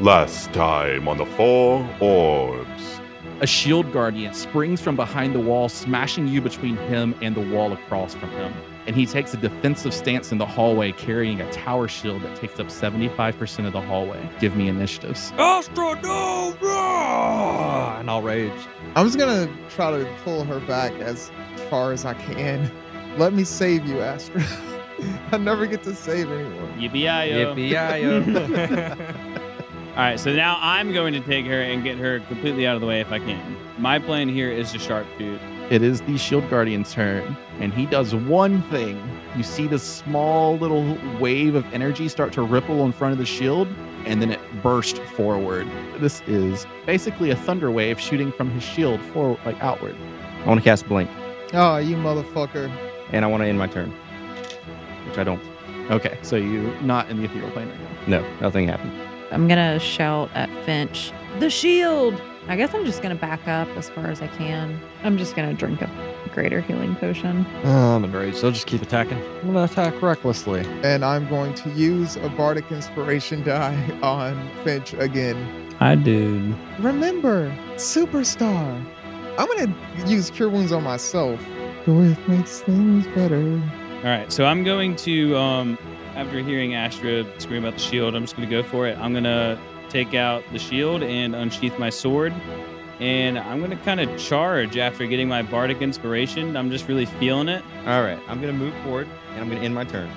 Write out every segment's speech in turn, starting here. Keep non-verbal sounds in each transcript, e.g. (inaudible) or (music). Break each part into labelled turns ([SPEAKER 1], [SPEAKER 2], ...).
[SPEAKER 1] Last time on the Four Orbs.
[SPEAKER 2] A shield guardian springs from behind the wall, smashing you between him and the wall across from him. And he takes a defensive stance in the hallway, carrying a tower shield that takes up 75% of the hallway. Give me initiatives.
[SPEAKER 3] Astronova! Ah, And I'll rage.
[SPEAKER 4] I'm just gonna try to pull her back as far as I can. Let me save you, Astra. (laughs) I never get to save anyone.
[SPEAKER 5] Yippee-yi-yo. (laughs) All right, so now I'm going to take her and get her completely out of the way if I can. My plan here is to sharpshoot.
[SPEAKER 2] It is the shield guardian's turn, and he does one thing. You see this small little wave of energy start to ripple in front of the shield, and then it burst forward. This is basically a thunder wave shooting from his shield forward, like outward.
[SPEAKER 6] I want to cast Blink,
[SPEAKER 4] Oh, you motherfucker.
[SPEAKER 6] and I want to end my turn, which I don't.
[SPEAKER 2] Okay, so you're not in the ethereal plane right now.
[SPEAKER 6] No, nothing happened.
[SPEAKER 7] I'm gonna shout at Finch, the shield! I guess I'm just gonna back up as far as I can. I'm just gonna drink a greater healing potion.
[SPEAKER 2] Um,
[SPEAKER 3] I'm enraged. They'll just keep attacking. I'm gonna attack recklessly.
[SPEAKER 4] And I'm going to use a bardic inspiration die on Finch again.
[SPEAKER 5] I do.
[SPEAKER 4] Remember, superstar. I'm gonna use cure wounds on myself. Go with makes things better.
[SPEAKER 5] All right, so I'm going to, um, after hearing Astra scream about the shield, I'm just going to go for it. I'm going to take out the shield and unsheath my sword. And I'm going to kind of charge after getting my bardic inspiration. I'm just really feeling it.
[SPEAKER 6] All right, I'm gonna move forward, and I'm gonna end
[SPEAKER 5] (laughs)
[SPEAKER 6] my turn.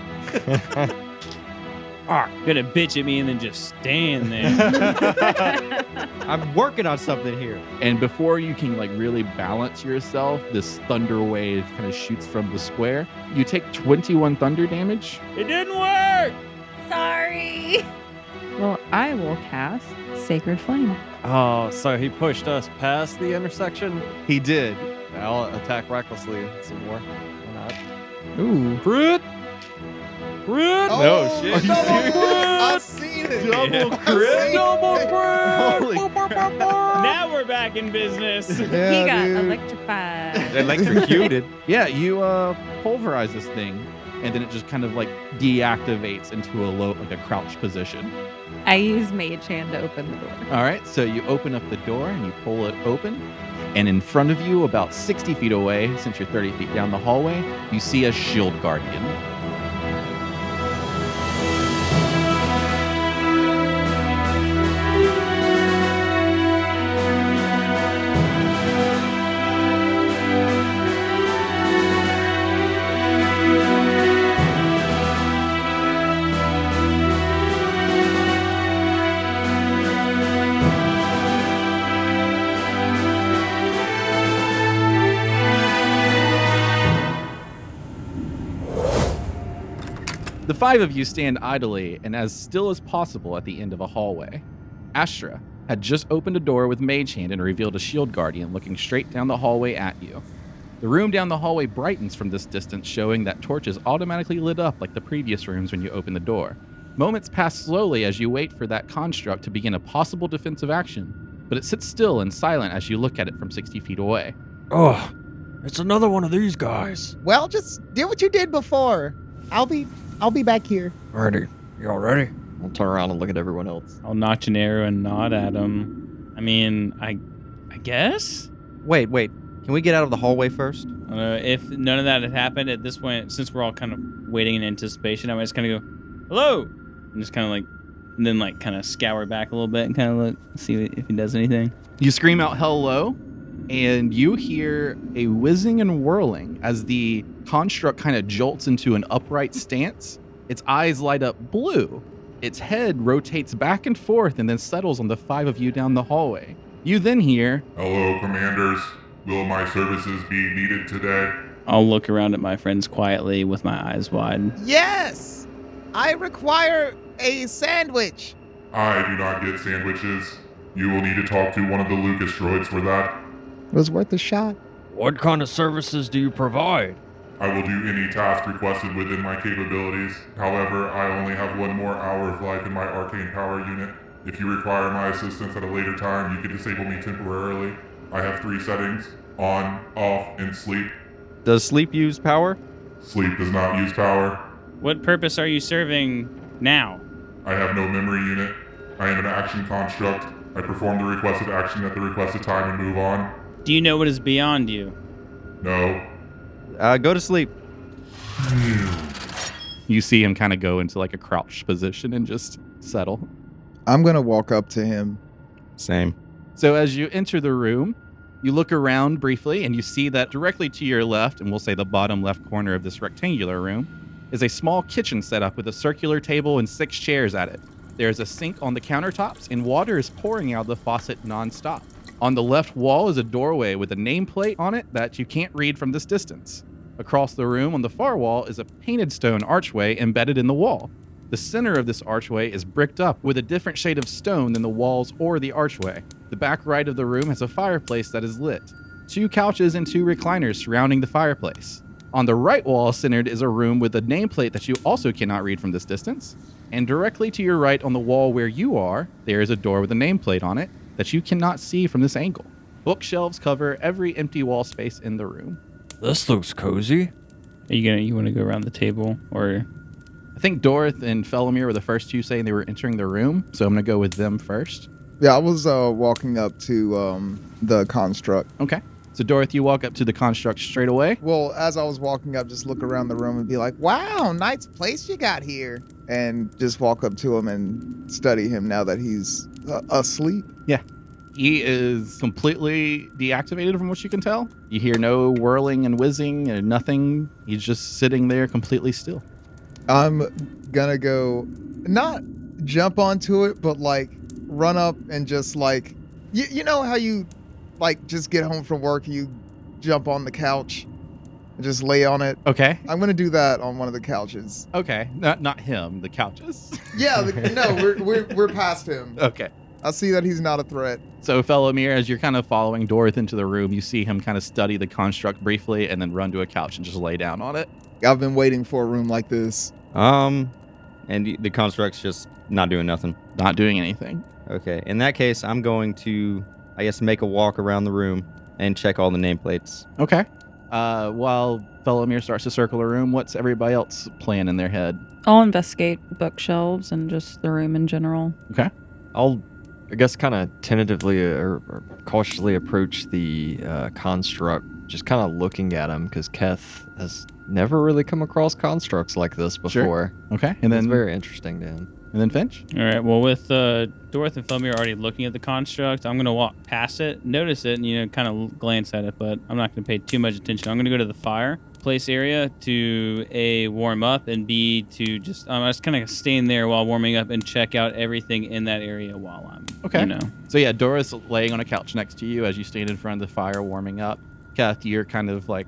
[SPEAKER 5] Ah, gonna bitch at me and then just stand
[SPEAKER 2] (laughs)
[SPEAKER 5] there.
[SPEAKER 6] I'm working on something here.
[SPEAKER 2] And before you can like really balance yourself, this thunder wave kind of shoots from the square. You take 21 thunder damage.
[SPEAKER 5] it didn't work.
[SPEAKER 7] Sorry! Well, I will cast Sacred Flame.
[SPEAKER 3] Oh, so he pushed us past the intersection.
[SPEAKER 6] He did.
[SPEAKER 3] I'll attack recklessly some more. Why not?
[SPEAKER 4] Ooh.
[SPEAKER 3] Crit! Crit!
[SPEAKER 4] Oh,
[SPEAKER 6] shit.
[SPEAKER 4] Are you
[SPEAKER 3] Double
[SPEAKER 4] serious?
[SPEAKER 3] crit!
[SPEAKER 4] I seen it.
[SPEAKER 6] Double
[SPEAKER 4] I seen
[SPEAKER 3] Double
[SPEAKER 4] it.
[SPEAKER 3] crit!
[SPEAKER 6] Holy
[SPEAKER 3] Boop, boop, boop, boop.
[SPEAKER 5] Now we're back in business.
[SPEAKER 4] Yeah,
[SPEAKER 7] he got
[SPEAKER 4] dude.
[SPEAKER 7] electrified.
[SPEAKER 6] Electrocuted.
[SPEAKER 2] (laughs) Yeah, you uh, pulverize this thing, and then it just kind of like deactivates into a low, like a crouched position.
[SPEAKER 7] I use Mage Hand to open the door.
[SPEAKER 2] All right, so you open up the door and you pull it open, and in front of you, about 60 feet away, since you're 30 feet down the hallway, you see a shield guardian. The five of you stand idly and as still as possible at the end of a hallway. Astra had just opened a door with Mage Hand and revealed a shield guardian looking straight down the hallway at you. The room down the hallway brightens from this distance, showing that torches automatically lit up like the previous rooms when you open the door. Moments pass slowly as you wait for that construct to begin a possible defensive action, but it sits still and silent as you look at it from 60 feet away.
[SPEAKER 3] Oh, it's another one of these guys.
[SPEAKER 4] Well, just do what you did before. I'll be I'll be back here.
[SPEAKER 3] Ready? Y'all ready? I'll turn around and look at everyone else.
[SPEAKER 5] I'll notch an arrow and nod at him. I mean, I, I guess.
[SPEAKER 6] wait, wait. Can we get out of the hallway first?
[SPEAKER 5] I don't know if none of that had happened at this point. Since we're all kind of waiting in anticipation, I might just kind of go, "Hello," and just kind of like, and then like kind of scour back a little bit and kind of look, see if he does anything.
[SPEAKER 2] You scream out hello, and you hear a whizzing and whirling as the construct kind of jolts into an upright stance. Its eyes light up blue. Its head rotates back and forth and then settles on the five of you down the hallway. You then hear,
[SPEAKER 1] Hello, commanders. Will my services be needed today?
[SPEAKER 5] I'll look around at my friends quietly with my eyes wide.
[SPEAKER 4] Yes! I require a sandwich.
[SPEAKER 1] I do not get sandwiches. You will need to talk to one of the Lucas droids for that.
[SPEAKER 4] It was worth a shot.
[SPEAKER 3] What kind of services do you provide?
[SPEAKER 1] I will do any task requested within my capabilities. However, I only have one more hour of life in my arcane power unit. If you require my assistance at a later time, you can disable me temporarily. I have three settings on, off, and sleep.
[SPEAKER 6] Does sleep use power?
[SPEAKER 1] Sleep does not use power.
[SPEAKER 5] What purpose are you serving now?
[SPEAKER 1] I have no memory unit. I am an action construct. I perform the requested action at the requested time and move on.
[SPEAKER 5] Do you know what is beyond you?
[SPEAKER 1] No.
[SPEAKER 6] Uh, go to sleep.
[SPEAKER 2] You see him kind of go into like a crouched position and just settle.
[SPEAKER 4] I'm gonna walk up to him.
[SPEAKER 6] Same.
[SPEAKER 2] So as you enter the room, you look around briefly and you see that directly to your left, and we'll say the bottom left corner of this rectangular room, is a small kitchen set up with a circular table and six chairs at it. There is a sink on the countertops and water is pouring out of the faucet nonstop. On the left wall is a doorway with a nameplate on it that you can't read from this distance. Across the room on the far wall is a painted stone archway embedded in the wall. The center of this archway is bricked up with a different shade of stone than the walls or the archway. The back right of the room has a fireplace that is lit. Two couches and two recliners surrounding the fireplace. On the right wall centered is a room with a nameplate that you also cannot read from this distance. And directly to your right on the wall where you are, there is a door with a nameplate on it that you cannot see from this angle. Bookshelves cover every empty wall space in the room.
[SPEAKER 3] This looks cozy.
[SPEAKER 5] Are you gonna you want to go around the table or
[SPEAKER 2] I think Doroth and Felomir were the first two saying they were entering the room, so I'm gonna go with them first.
[SPEAKER 4] Yeah, I was uh, walking up to um, the construct.
[SPEAKER 2] Okay. So Doroth, you walk up to the construct straight away.
[SPEAKER 4] Well, as I was walking up, just look around the room and be like, "Wow, nice place you got here," and just walk up to him and study him now that he's uh, asleep.
[SPEAKER 2] He is completely deactivated from what you can tell. You hear no whirling and whizzing and nothing. He's just sitting there completely still.
[SPEAKER 4] I'm gonna go, not jump onto it, but like run up and just like, you, you know how you like just get home from work, and you jump on the couch and just lay on it.
[SPEAKER 2] Okay.
[SPEAKER 4] I'm gonna do that on one of the couches.
[SPEAKER 2] Okay. Not not him, the couches.
[SPEAKER 4] (laughs) Yeah,
[SPEAKER 2] (laughs)
[SPEAKER 4] the, no, we're, we're we're past him.
[SPEAKER 2] okay.
[SPEAKER 4] I see that he's not a threat.
[SPEAKER 2] So Felomir, as you're kind of following Doroth into the room, you see him kind of study the construct briefly and then run to a couch and just lay down on it.
[SPEAKER 4] I've been waiting for a room like this.
[SPEAKER 6] Um, and y- the construct's just not doing nothing.
[SPEAKER 2] Not doing anything.
[SPEAKER 6] Okay. In that case, I'm going to, I guess, make a walk around the room and check all the nameplates.
[SPEAKER 2] Okay. Uh, while Felomir starts to circle the room, what's everybody else plan in their head?
[SPEAKER 7] I'll investigate bookshelves and just the room in general.
[SPEAKER 3] I'll, I guess, kind of tentatively uh, or, or cautiously approach the uh, construct, just kind of looking at him because Keth has never really come across constructs like this
[SPEAKER 2] Sure.
[SPEAKER 3] before.
[SPEAKER 2] Okay. And
[SPEAKER 3] it's
[SPEAKER 2] then
[SPEAKER 3] very interesting to him.
[SPEAKER 2] and then Finch?
[SPEAKER 5] All right. Well, with uh, Dorth and Felmir already looking at the construct, I'm gonna walk past it, notice it, and you know, kind of glance at it, but I'm not gonna pay too much attention. I'm gonna go to the fire place area to a warm up and b to just um, I just kind of stand there while warming up and check out everything in that area while I'm
[SPEAKER 2] Okay.
[SPEAKER 5] You know,
[SPEAKER 2] So yeah, Dora's laying on a couch next to you as you stand in front of the fire warming up. Kath, you're kind of like,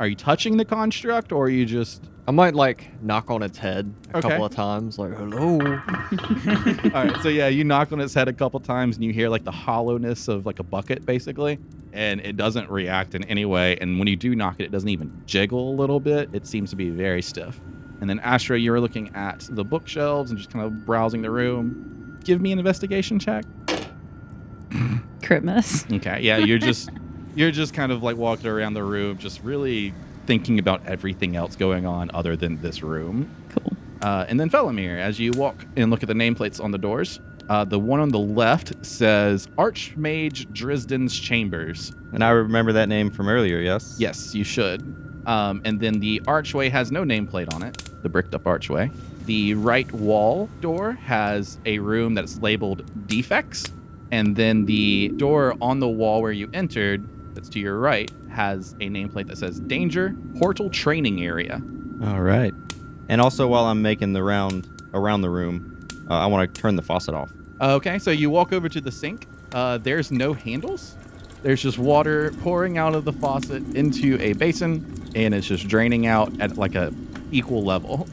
[SPEAKER 2] are you touching the construct or are you just?
[SPEAKER 3] I might like knock on its head a
[SPEAKER 2] Okay.
[SPEAKER 3] couple of times, like hello.
[SPEAKER 2] (laughs) All right. So yeah, you knock on its head a couple times and you hear like the hollowness of like a bucket basically, and it doesn't react in any way. And when you do knock it, it doesn't even jiggle a little bit. It seems to be very stiff. And then Ashra, you're looking at the bookshelves and just kind of browsing the room. Give me an investigation check.
[SPEAKER 7] Christmas.
[SPEAKER 2] Okay. Yeah, you're just (laughs) you're just kind of like walking around the room, just really thinking about everything else going on other than this room.
[SPEAKER 7] Cool.
[SPEAKER 2] Uh, and then Felomir, as you walk and look at the nameplates on the doors, uh, the one on the left says Archmage Drisden's Chambers.
[SPEAKER 6] And I remember that name from earlier, yes?
[SPEAKER 2] Yes, you should. Um, and then the archway has no nameplate on it, the bricked up archway. The right wall door has a room that's labeled defects. And then the door on the wall where you entered, that's to your right, has a nameplate that says Danger Portal Training Area.
[SPEAKER 6] All right. And also, while I'm making the round around the room, uh, I want to turn the faucet off.
[SPEAKER 2] Uh, Okay, so you walk over to the sink. Uh, there's no handles. There's just water pouring out of the faucet into a basin, and it's just draining out at like a equal level.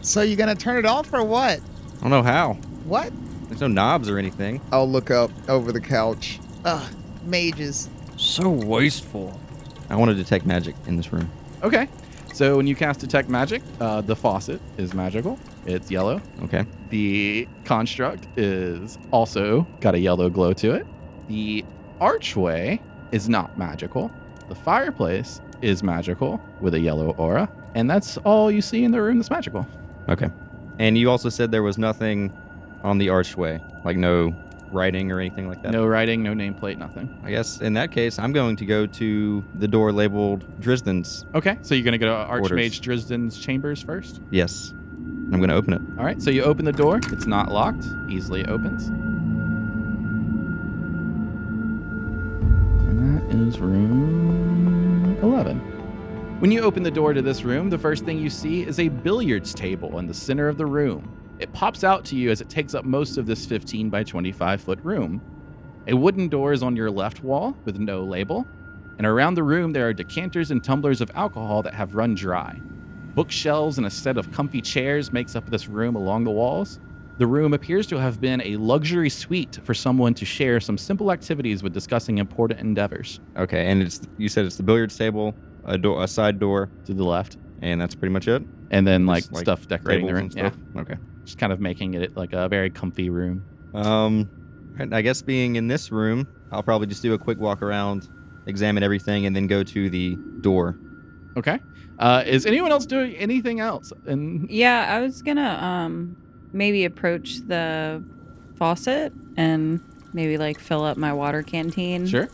[SPEAKER 4] So you gonna turn it off or what?
[SPEAKER 6] I don't know how.
[SPEAKER 4] What?
[SPEAKER 6] There's no knobs or anything.
[SPEAKER 4] I'll look up over the couch. Ugh, mages.
[SPEAKER 3] So wasteful.
[SPEAKER 6] I want to detect magic in this room.
[SPEAKER 2] Okay. So when you cast Detect Magic, uh, the faucet is magical. It's yellow.
[SPEAKER 6] Okay.
[SPEAKER 2] The construct is also got a yellow glow to it. The archway is not magical. The fireplace is magical with a yellow aura. And that's all you see in the room that's magical.
[SPEAKER 6] Okay. And you also said there was nothing on the archway. Like no writing or anything like that.
[SPEAKER 2] No writing, no nameplate, nothing.
[SPEAKER 6] I guess in that case, I'm going to go to the door labeled Drisden's.
[SPEAKER 2] Okay, so you're gonna go to Archmage
[SPEAKER 6] Orders.
[SPEAKER 2] Drisden's chambers first.
[SPEAKER 6] Yes. And I'm going to open it.
[SPEAKER 2] All right, so you open the door. It's not locked. Easily opens. And that is room 11. When you open the door to this room, the first thing you see is a billiards table in the center of the room. It pops out to you as it takes up most of this 15 by 25 foot room. A wooden door is on your left wall with no label, and around the room there are decanters and tumblers of alcohol that have run dry. Bookshelves and a set of comfy chairs makes up this room along the walls. The room appears to have been a luxury suite for someone to share some simple activities with discussing important endeavors.
[SPEAKER 6] Okay, and it's you said it's the billiards table, a door, a side door,
[SPEAKER 2] To the left,
[SPEAKER 6] and that's pretty much it.
[SPEAKER 2] and then like,
[SPEAKER 6] Just, like,
[SPEAKER 2] stuff decorating the room.
[SPEAKER 6] Tables
[SPEAKER 2] Yeah,
[SPEAKER 6] and stuff. Okay.
[SPEAKER 2] just kind of making it like a very comfy room.
[SPEAKER 6] Um, and I guess being in this room, I'll probably just do a quick walk around, examine everything, and then go to the door.
[SPEAKER 2] Okay. Uh, is anyone else doing anything else?
[SPEAKER 7] (laughs)
[SPEAKER 2] And
[SPEAKER 7] Yeah, I was gonna um maybe approach the faucet and maybe like fill up my water canteen.
[SPEAKER 2] sure.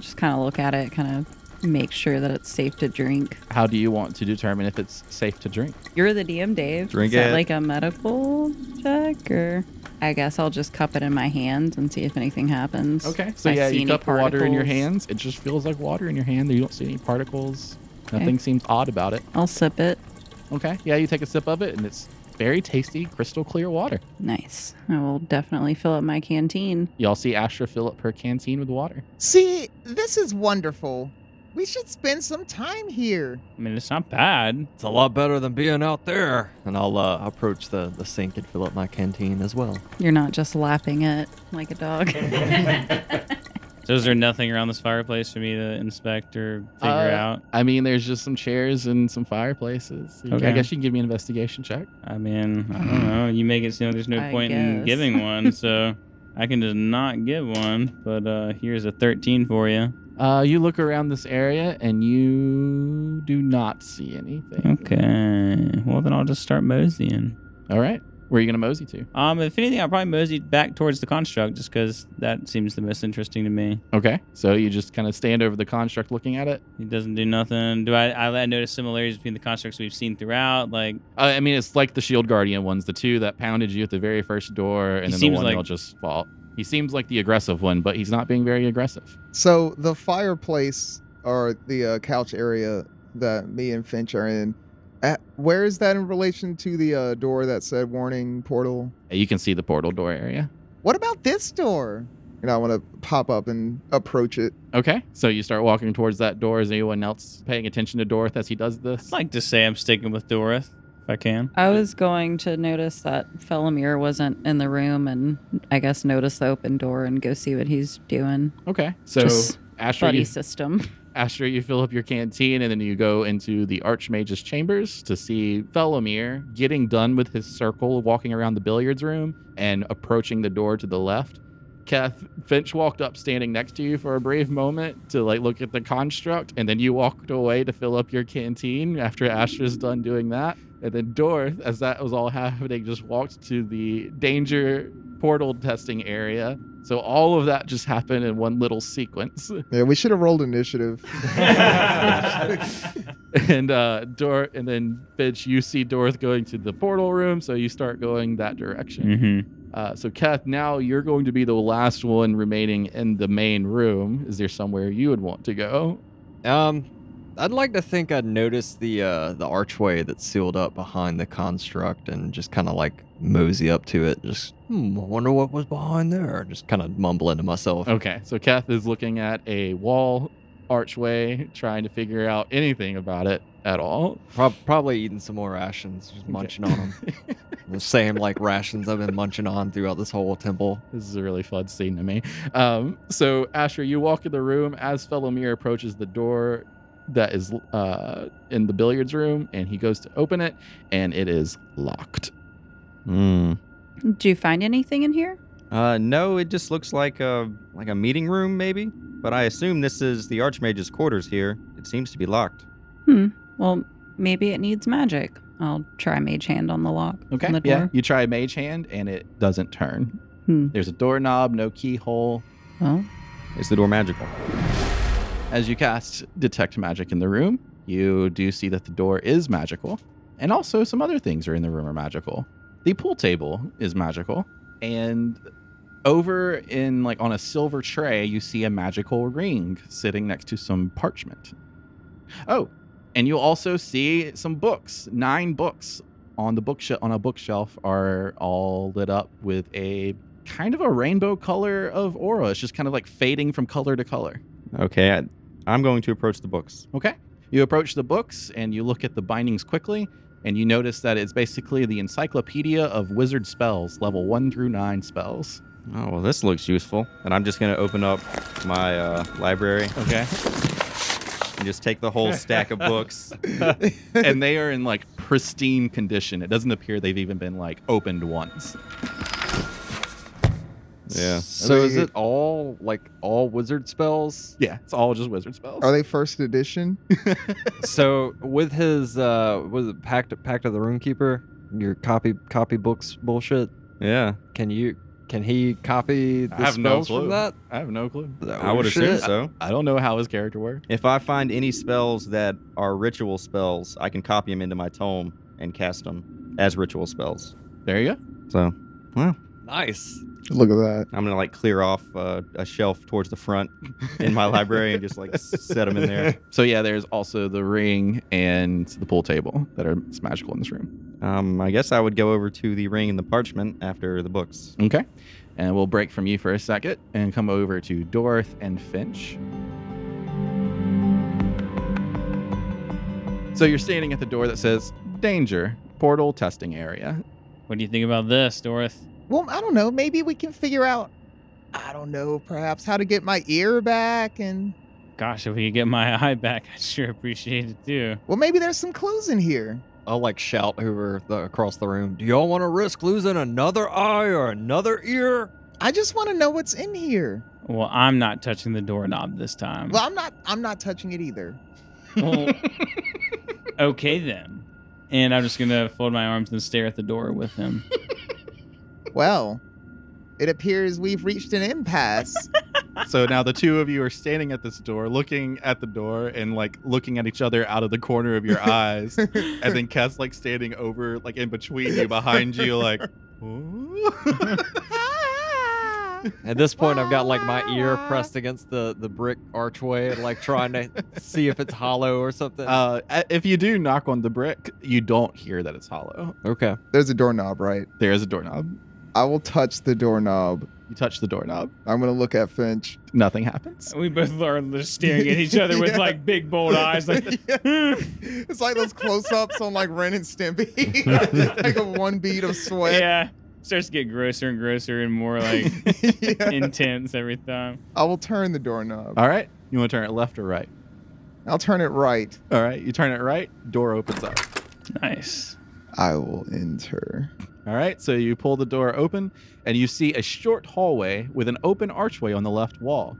[SPEAKER 7] Just kind of look at it, kind of make sure that it's safe to drink.
[SPEAKER 2] How do you want to determine if it's safe to drink?
[SPEAKER 7] You're the DM, Dave.
[SPEAKER 6] Drink
[SPEAKER 7] Is that
[SPEAKER 6] it.
[SPEAKER 7] like a medical check or? I guess I'll just cup it in my hand and see if anything happens.
[SPEAKER 2] Okay. So
[SPEAKER 7] If I
[SPEAKER 2] yeah,
[SPEAKER 7] see
[SPEAKER 2] you
[SPEAKER 7] any
[SPEAKER 2] cup water in your
[SPEAKER 7] particles.
[SPEAKER 2] hands. It just feels like water in your hand. You don't see any particles. Nothing seems odd about it.
[SPEAKER 7] I'll sip it.
[SPEAKER 2] Okay. Yeah, you take a sip of it, and it's very tasty, crystal clear water.
[SPEAKER 7] Nice. I will definitely fill up my canteen.
[SPEAKER 2] Y'all see Astra fill up her canteen with water.
[SPEAKER 4] See, this is wonderful. We should spend some time here.
[SPEAKER 5] I mean, it's not bad.
[SPEAKER 3] It's a lot better than being out there. And I'll uh, approach the, the sink and fill up my canteen as well.
[SPEAKER 7] You're not just lapping it like a dog. (laughs)
[SPEAKER 5] So is there nothing around this fireplace for me to inspect or figure
[SPEAKER 2] Uh,
[SPEAKER 5] out?
[SPEAKER 2] I mean, there's just some chairs and some fireplaces. You- I
[SPEAKER 5] Okay.
[SPEAKER 2] guess you can give me an investigation check.
[SPEAKER 5] I mean, I don't know. You make it seem like there's no
[SPEAKER 7] I
[SPEAKER 5] point
[SPEAKER 7] guess. (laughs)
[SPEAKER 5] in
[SPEAKER 2] (laughs)
[SPEAKER 5] giving one, so I can just not give one. But uh here's a 13 for you.
[SPEAKER 2] Uh, you look around this area, and you do not see anything.
[SPEAKER 5] Okay. Well, then I'll just start moseying.
[SPEAKER 2] All right. Where are you gonna mosey to?
[SPEAKER 5] Um, if anything, I'll probably mosey back towards the construct just because that seems the most interesting to me.
[SPEAKER 2] Okay. So you just kind of stand over the construct, looking at it.
[SPEAKER 5] He doesn't do nothing. Do I? I, I notice similarities between the constructs we've seen throughout. Like
[SPEAKER 2] Uh, I mean, it's like the Shield Guardian ones, the two that pounded you at the very first door, and
[SPEAKER 5] He
[SPEAKER 2] then the
[SPEAKER 5] seems
[SPEAKER 2] one
[SPEAKER 5] like-
[SPEAKER 2] that'll just fall. He seems like the aggressive one, but he's not being very aggressive.
[SPEAKER 4] So the fireplace or the uh, couch area that me and Finch are in, at, where is that in relation to the uh, door that said warning portal?
[SPEAKER 2] Uh, You can see the portal door area.
[SPEAKER 4] What about this door? And I want to pop up and approach it.
[SPEAKER 2] Okay, so you start walking towards that door. Is anyone else paying attention to Dorth as he does this?
[SPEAKER 5] I'd like to say I'm sticking with Dorith if I can.
[SPEAKER 7] I was going to notice that Felomir wasn't in the room and I guess notice the open door and go see what he's doing.
[SPEAKER 2] Okay, so
[SPEAKER 7] Just
[SPEAKER 2] Astra,
[SPEAKER 7] Buddy
[SPEAKER 2] you,
[SPEAKER 7] system.
[SPEAKER 2] Astra, you fill up your canteen, and then you go into the Archmage's chambers to see Felomir getting done with his circle, walking around the billiards room and approaching the door to the left. Kath Finch walked up, standing next to you for a brief moment to like look at the construct, and then you walked away to fill up your canteen after Astra's done doing that. And then Dorth, as that was all happening, just walked to the danger portal testing area. So all of that just happened in one little sequence.
[SPEAKER 4] Yeah, we should have rolled initiative.
[SPEAKER 2] (laughs) and uh Dor and then bitch, you see Dorth going to the portal room, so you start going that direction.
[SPEAKER 5] Mm-hmm.
[SPEAKER 2] Uh, so Kath, now you're going to be the last one remaining in the main room. Is there somewhere you would want to go?
[SPEAKER 3] Um, I'd like to think I'd notice the uh, the archway that's sealed up behind the construct and just kind of like mosey up to it. Just hmm, I wonder what was behind there. Just kind of mumbling to myself.
[SPEAKER 2] Okay, so Kath is looking at a wall archway, trying to figure out anything about it at all.
[SPEAKER 3] Prob- probably eating some more rations, just munching on them.
[SPEAKER 2] (laughs)
[SPEAKER 3] the same like rations I've been munching on throughout this whole temple.
[SPEAKER 2] This is a really fun scene to me. Um, so, Asher, you walk in the room as Felomir approaches the door that is uh, in the billiards room, and he goes to open it, and it is locked.
[SPEAKER 6] Mm.
[SPEAKER 7] Do you find anything in here?
[SPEAKER 6] Uh, no, it just looks like a like a meeting room maybe, but I assume this is
[SPEAKER 8] Hmm.
[SPEAKER 6] the Archmage's quarters here. It seems to be locked.
[SPEAKER 7] Well, maybe it needs magic.
[SPEAKER 8] I'll try mage hand on the lock.
[SPEAKER 2] Okay.
[SPEAKER 8] On the
[SPEAKER 2] Yeah.
[SPEAKER 8] door.
[SPEAKER 2] You try a mage hand and it doesn't turn.
[SPEAKER 8] Hmm.
[SPEAKER 2] There's a doorknob, no keyhole.
[SPEAKER 8] Well,
[SPEAKER 6] Is the door magical?
[SPEAKER 2] As you cast detect magic in the room, you do see that the door is magical, and also some other things are in the room are magical. The pool table is magical, and over in like on a silver tray, you see a magical ring sitting next to some parchment. Oh, and you also see some books. Nine books on the bookshelf on a bookshelf are all lit up with a kind of a rainbow color of aura. It's just kind of like fading from color to color.
[SPEAKER 6] Okay, I, I'm going to approach the books.
[SPEAKER 2] Okay. You approach the books and you look at the bindings quickly, and you notice that it's basically the Encyclopedia of Wizard Spells, level one through nine spells.
[SPEAKER 6] Oh well, this looks useful, and I'm just gonna open up my uh, library
[SPEAKER 2] Okay.
[SPEAKER 6] and just take the whole stack of
[SPEAKER 2] (laughs)
[SPEAKER 6] books.
[SPEAKER 2] and they are in like pristine condition. It doesn't appear they've even been like opened once.
[SPEAKER 6] Yeah.
[SPEAKER 3] So is it all like all wizard spells? Uh,
[SPEAKER 2] Yeah, it's all just wizard spells. (laughs)
[SPEAKER 4] Are they first edition? (laughs)
[SPEAKER 3] so with his uh was it pact pact of the roomkeeper your copy copy books bullshit
[SPEAKER 6] Yeah,
[SPEAKER 3] can you can he copy the
[SPEAKER 2] I have no
[SPEAKER 3] spells
[SPEAKER 2] clue.
[SPEAKER 3] from that
[SPEAKER 2] I have no clue.
[SPEAKER 6] I would assume
[SPEAKER 3] Shit.
[SPEAKER 6] so.
[SPEAKER 2] I don't know how his character works.
[SPEAKER 6] If I find any spells that are ritual spells, I can copy them into my tome and cast them as ritual spells.
[SPEAKER 2] There you go.
[SPEAKER 6] So, well,
[SPEAKER 3] nice
[SPEAKER 4] Look at that.
[SPEAKER 6] I'm gonna like clear off uh, a shelf towards the front in my library and just like s- set them in there.
[SPEAKER 2] (laughs) So yeah, there's also the ring and the pool table that are it's magical in this room.
[SPEAKER 6] Um, I guess I would go over to the ring and the parchment after the books.
[SPEAKER 2] Okay. And we'll break from you for a second and come over to Dorth and Finch. So you're standing at the door that says danger portal testing area.
[SPEAKER 5] What do you think about this, Dorth?
[SPEAKER 4] Well, I don't know. Maybe we can figure out. I don't know. Perhaps how to get my ear back, and
[SPEAKER 5] Gosh, if we could get my (laughs) eye back, I'd sure appreciate it too.
[SPEAKER 4] well, maybe there's some clues in here.
[SPEAKER 3] i'll like shout over the, across the room do y'all want to risk losing another eye or another ear
[SPEAKER 4] I just want to know what's in here.
[SPEAKER 5] Well, I'm not touching the doorknob this time.
[SPEAKER 4] Well, I'm not. I'm not touching it either.
[SPEAKER 5] Well, okay then. And I'm just gonna fold my arms and stare at the door with him.
[SPEAKER 4] Well, it appears we've reached an impasse.
[SPEAKER 2] so now the two of you are standing at this door, looking at the door and like looking at each other out of the corner
[SPEAKER 5] (laughs)
[SPEAKER 2] of your eyes. and then Kes like standing over like in between you behind
[SPEAKER 3] (laughs)
[SPEAKER 5] (laughs)
[SPEAKER 2] you (laughs) like "Ooh."
[SPEAKER 3] at this point i've got like my ear pressed against the the brick archway like trying to see if it's hollow or something
[SPEAKER 2] uh, if you do knock on the brick, you don't hear that it's hollow.
[SPEAKER 3] okay
[SPEAKER 4] There's a doorknob, right?
[SPEAKER 2] There is a doorknob.
[SPEAKER 4] I will touch the doorknob.
[SPEAKER 2] You touch the doorknob.
[SPEAKER 4] I'm gonna look at Finch.
[SPEAKER 2] Nothing
[SPEAKER 4] (laughs)
[SPEAKER 2] happens.
[SPEAKER 5] We both are just staring at each other with
[SPEAKER 4] Yeah.
[SPEAKER 5] like big bold eyes,
[SPEAKER 4] (laughs)
[SPEAKER 5] like
[SPEAKER 4] it's like those close-ups on like Ren and Stimpy, (laughs) like a one bead of sweat.
[SPEAKER 5] yeah. Starts to get grosser and grosser and more like
[SPEAKER 4] (laughs) Yeah.
[SPEAKER 5] intense every time. (laughs)
[SPEAKER 4] I will turn the doorknob.
[SPEAKER 2] All right. You want to turn it left or right?
[SPEAKER 4] I'll turn it right.
[SPEAKER 2] All right. You turn it right. Door opens up.
[SPEAKER 5] Nice.
[SPEAKER 4] I will enter.
[SPEAKER 2] All right. So you pull the door open and you see a short hallway with an open archway on the left wall.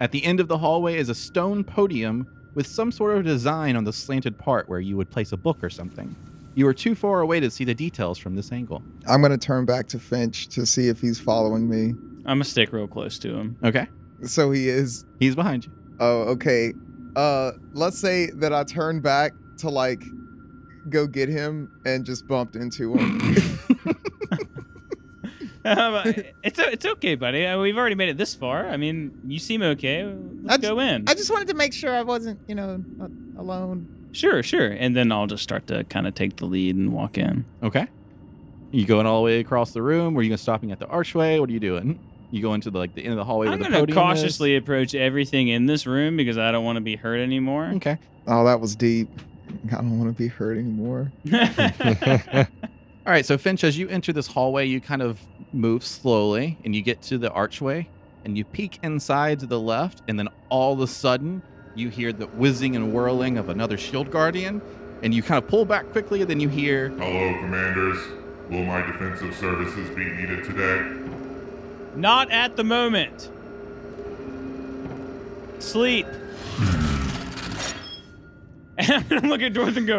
[SPEAKER 2] At the end of the hallway is a stone podium with some sort of design on the slanted part where you would place a book or something. You are too far away to see the details from this angle.
[SPEAKER 4] I'm gonna turn back to Finch to see if he's following me.
[SPEAKER 5] I'm gonna stick real close to him.
[SPEAKER 2] Okay.
[SPEAKER 4] So he is.
[SPEAKER 2] He's behind you.
[SPEAKER 4] Oh, okay. Uh, let's say that I turn back to like go get him and just bumped
[SPEAKER 2] (clears throat)
[SPEAKER 4] into him.
[SPEAKER 5] it's o- it's okay, buddy. Uh, We've already made it this far. I mean, you seem okay. Let's
[SPEAKER 4] I j-
[SPEAKER 5] go in.
[SPEAKER 4] I just wanted to make sure I wasn't, you know, a- alone.
[SPEAKER 5] sure, sure. And then I'll just start to kind of take the lead and walk in.
[SPEAKER 2] Okay. You going all the way across the room? Were you stopping at the archway? What are you doing? You go into the, like the end of the hallway
[SPEAKER 5] I'm
[SPEAKER 2] where the
[SPEAKER 5] gonna
[SPEAKER 2] podium is?
[SPEAKER 5] cautiously approach everything in this room because I don't want to be hurt anymore.
[SPEAKER 2] Okay.
[SPEAKER 4] Oh, that was deep. I don't want to be
[SPEAKER 2] (laughs)
[SPEAKER 4] hurt anymore.
[SPEAKER 2] All right, so Finch, as you enter this hallway, you kind of move slowly and you get to the archway and you peek inside to the left, and then all of a sudden you hear the whizzing and whirling of another shield guardian, and you kind of pull back quickly, and then you hear
[SPEAKER 1] Hello, commanders. Will my defensive services be needed today?
[SPEAKER 5] Not at the moment. (laughs) Sleep. And I'm gonna look at Dorth and go,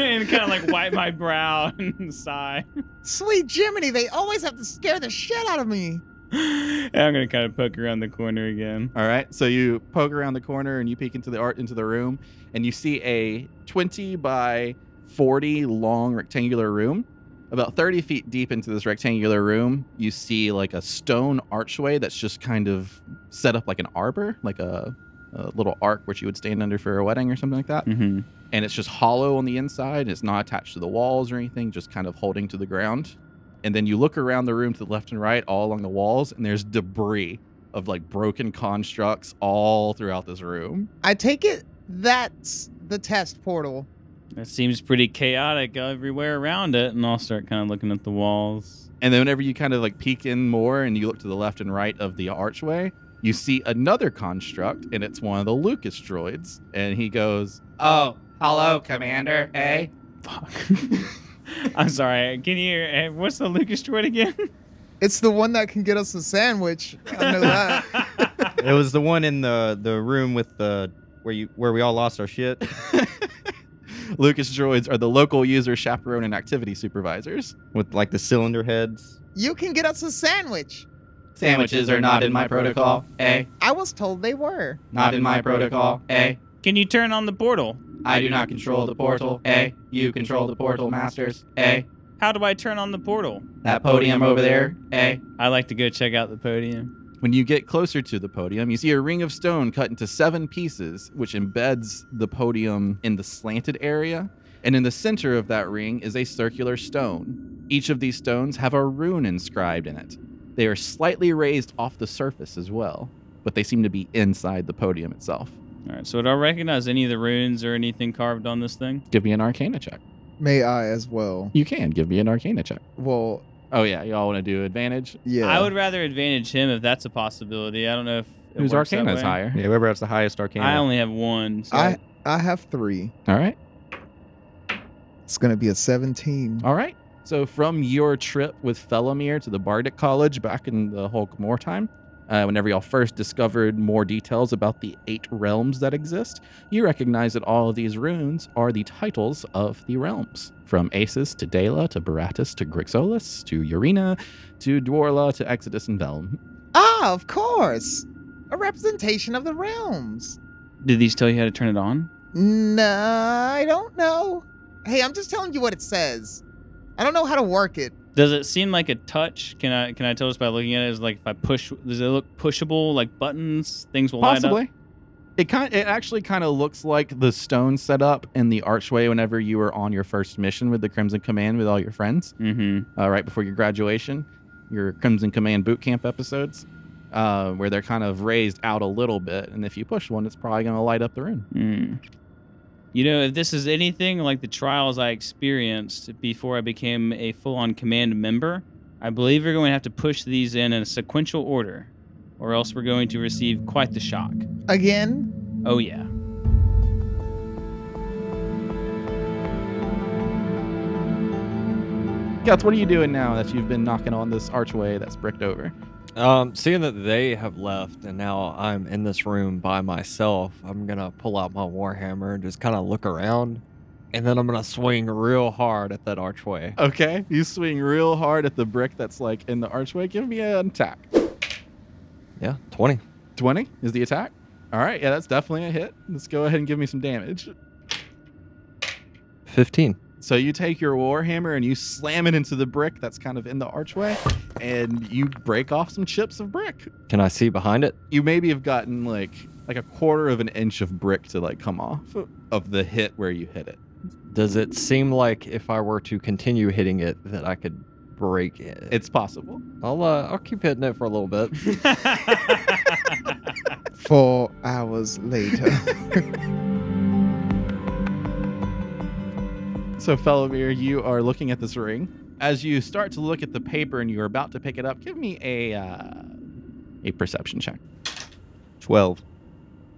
[SPEAKER 5] and kind of like wipe my brow (laughs) and sigh.
[SPEAKER 4] Sweet Jiminy, they always have to scare the shit out of me.
[SPEAKER 5] And (laughs) I'm gonna kind of poke around the corner again.
[SPEAKER 2] All right. So you poke around the corner and you peek into the art into the room and you see a 20 by 40 long rectangular room. About 30 feet deep into this rectangular room, you see like a stone archway that's just kind of set up like an arbor, like a, a little arc which you would stand under for a wedding or something like that.
[SPEAKER 5] Mm-hmm.
[SPEAKER 2] and it's just hollow on the inside. It's not attached to the walls or anything, just kind of holding to the ground. And then you look around the room to the left and right, all along the walls, and there's debris of like broken constructs all throughout this room.
[SPEAKER 4] I take it that's the test portal.
[SPEAKER 5] That seems pretty chaotic everywhere around it, and I'll start kind of looking at the walls.
[SPEAKER 2] And then whenever you kind of like peek in more and you look to the left and right of the archway, you see another construct, and it's one of the Lucas droids. And he goes, Oh, hello, Commander, eh?
[SPEAKER 5] Fuck. I'm sorry. Can you? eh, What's the Lucas droid again?
[SPEAKER 4] It's the one that can get us a sandwich. I know that.
[SPEAKER 2] (laughs)
[SPEAKER 6] It was the one in the the room with the where you where we all lost our shit.
[SPEAKER 2] (laughs) Lucas droids are the local user chaperone and activity supervisors.
[SPEAKER 6] with like the cylinder heads.
[SPEAKER 4] you can get us a sandwich.
[SPEAKER 2] Sandwiches are not in my protocol, eh?
[SPEAKER 4] I was told they were.
[SPEAKER 2] Not in my protocol, eh?
[SPEAKER 5] Can you turn on the portal?
[SPEAKER 2] I do not control the portal, eh? You control the portal, masters, eh?
[SPEAKER 5] How do I turn on the portal?
[SPEAKER 2] That podium over there, eh?
[SPEAKER 5] I like to go check out the podium.
[SPEAKER 2] When you get closer to the podium, you see a ring of stone cut into seven pieces, which embeds the podium in the slanted area. And in the center of that ring is a circular stone. Each of these stones have a rune inscribed in it. They are slightly raised off the surface as well, but they seem to be inside the podium itself.
[SPEAKER 5] All right. So, do I recognize any of the runes or anything carved on this thing?
[SPEAKER 2] Give me an arcana check.
[SPEAKER 4] May I as well?
[SPEAKER 2] You can give me an arcana check.
[SPEAKER 4] Well,
[SPEAKER 2] Oh, yeah. Y'all want to do advantage?
[SPEAKER 4] yeah.
[SPEAKER 5] I would rather advantage him if that's a possibility. I don't know if it
[SPEAKER 2] Whose
[SPEAKER 5] works that
[SPEAKER 2] arcana is
[SPEAKER 5] way.
[SPEAKER 2] higher?
[SPEAKER 6] Yeah, whoever has the highest arcana.
[SPEAKER 5] I only have one. So
[SPEAKER 4] I I have three.
[SPEAKER 2] All right.
[SPEAKER 4] It's gonna be a seventeen.
[SPEAKER 2] All right. So from your trip with Felomir to the Bardic College back in the Hulk Moor time, uh, whenever y'all first discovered more details about the eight realms that exist, you recognize that all of these runes are the titles of the realms. From Aces to Dela to Baratus to Grixolis to Urina to Dwarla to Exodus and Velm.
[SPEAKER 4] Ah, of course. A representation of the realms.
[SPEAKER 5] Did these tell you how to turn it on?
[SPEAKER 4] Nah, I don't know. Hey, I'm just telling you what it says. I don't know how to work it.
[SPEAKER 5] Does it seem like a touch? Can I can I tell this by looking at it? Is like if I push, does it look pushable? Like buttons, things will light up.
[SPEAKER 2] Possibly. It kind it actually kind of looks like the stone setup in the archway whenever you were on your first mission with the Crimson Command with all your friends.
[SPEAKER 5] Mm-hmm.
[SPEAKER 2] uh, right before your graduation, your Crimson Command boot camp episodes, uh, where they're kind of raised out a little bit. And if you push one, it's probably going to light up the room.
[SPEAKER 5] Mm. You know, if this is anything like the trials I experienced before I became a full-on command member, I believe we're going to have to push these in in a sequential order, or else we're going to receive quite the shock.
[SPEAKER 4] Again?
[SPEAKER 5] Oh yeah.
[SPEAKER 2] Gats, what are you doing now that you've been knocking on this archway that's bricked over?
[SPEAKER 3] Um, seeing that they have left and now I'm in this room by myself, I'm gonna pull out my warhammer and just kind of look around, and then I'm gonna swing real hard at that archway.
[SPEAKER 2] Okay, you swing real hard at the brick that's like in the archway. Give me an attack.
[SPEAKER 3] Yeah, twenty.
[SPEAKER 2] 20 is the attack. All right, yeah, that's definitely a hit. Let's go ahead and give me some damage.
[SPEAKER 3] 15.
[SPEAKER 2] So you take your warhammer and you slam it into the brick that's kind of in the archway, and you break off some chips of brick.
[SPEAKER 3] Can I see behind it?
[SPEAKER 2] you maybe have gotten like like a quarter of an inch of brick to like come off of the hit where you hit it.
[SPEAKER 3] Does it seem like if I were to continue hitting it that I could break it?
[SPEAKER 2] It's possible.
[SPEAKER 3] I'll uh, I'll keep hitting it for a little bit.
[SPEAKER 4] Four hours later.
[SPEAKER 2] So Felomir, you are looking at this ring. As you start to look at the paper and you're about to pick it up, give me a uh, a perception check.
[SPEAKER 6] Twelve.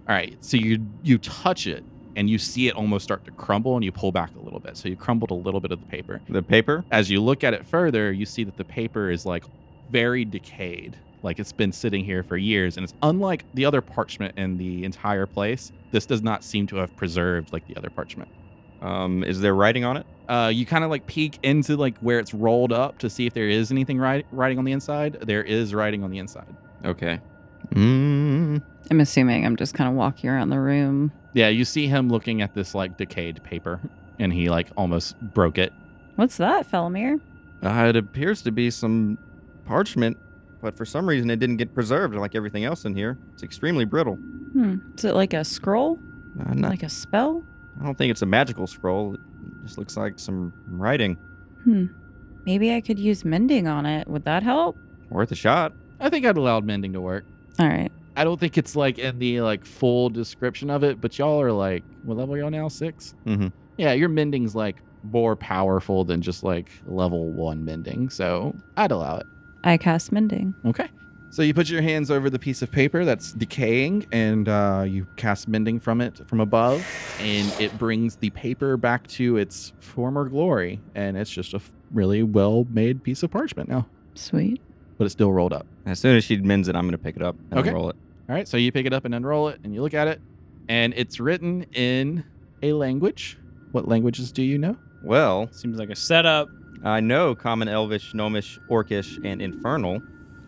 [SPEAKER 2] All right. So you you touch it and you see it almost start to crumble and you pull back a little bit. So you crumbled a little bit of the paper.
[SPEAKER 6] The paper.
[SPEAKER 2] As you look at it further, you see that the paper is like very decayed. Like it's been sitting here for years, and it's unlike the other parchment in the entire place. This does not seem to have preserved like the other parchment.
[SPEAKER 6] Um, is there writing on it?
[SPEAKER 2] Uh, you kind of like peek into like where it's rolled up to see if there is anything wri- writing on the inside. There is writing on the inside.
[SPEAKER 6] Okay. Mm,
[SPEAKER 8] I'm assuming I'm just kind of walking around the room.
[SPEAKER 2] Yeah, you see him looking at this like decayed paper, and he like almost broke it.
[SPEAKER 8] What's that, Felomir?
[SPEAKER 6] uh, it appears to be some parchment, but for some reason it didn't get preserved like everything else in here. It's extremely brittle.
[SPEAKER 8] Hmm. Is it like a scroll?
[SPEAKER 6] Uh, not,
[SPEAKER 8] Like a spell?
[SPEAKER 6] I don't think it's a magical scroll. It just looks like some writing.
[SPEAKER 2] Hmm.
[SPEAKER 8] Maybe I could use mending on it. Would that help?
[SPEAKER 6] Worth a shot.
[SPEAKER 2] I think I'd allowed mending to work.
[SPEAKER 8] All right.
[SPEAKER 2] I don't think it's like in the like full description of it, but y'all are like, what level y'all now? Six.
[SPEAKER 6] Mhm.
[SPEAKER 2] Yeah, your mending's like more powerful than just like level one mending, so I'd allow it.
[SPEAKER 8] I cast mending.
[SPEAKER 2] Okay. So you put your hands over the piece of paper that's decaying, and uh, you cast mending from it from above, and it brings the paper back to its former glory, and it's just a f- really well-made piece of parchment now,
[SPEAKER 8] Sweet.
[SPEAKER 2] but it's still rolled up.
[SPEAKER 6] As soon as she mends it, I'm going to pick it up and
[SPEAKER 2] Okay.
[SPEAKER 6] roll it.
[SPEAKER 2] All right, so you pick it up and unroll it, and you look at it, and it's written in a language. What languages do you know?
[SPEAKER 6] Well,
[SPEAKER 5] Seems like a setup.
[SPEAKER 6] I know common elvish, gnomish, orcish, and infernal,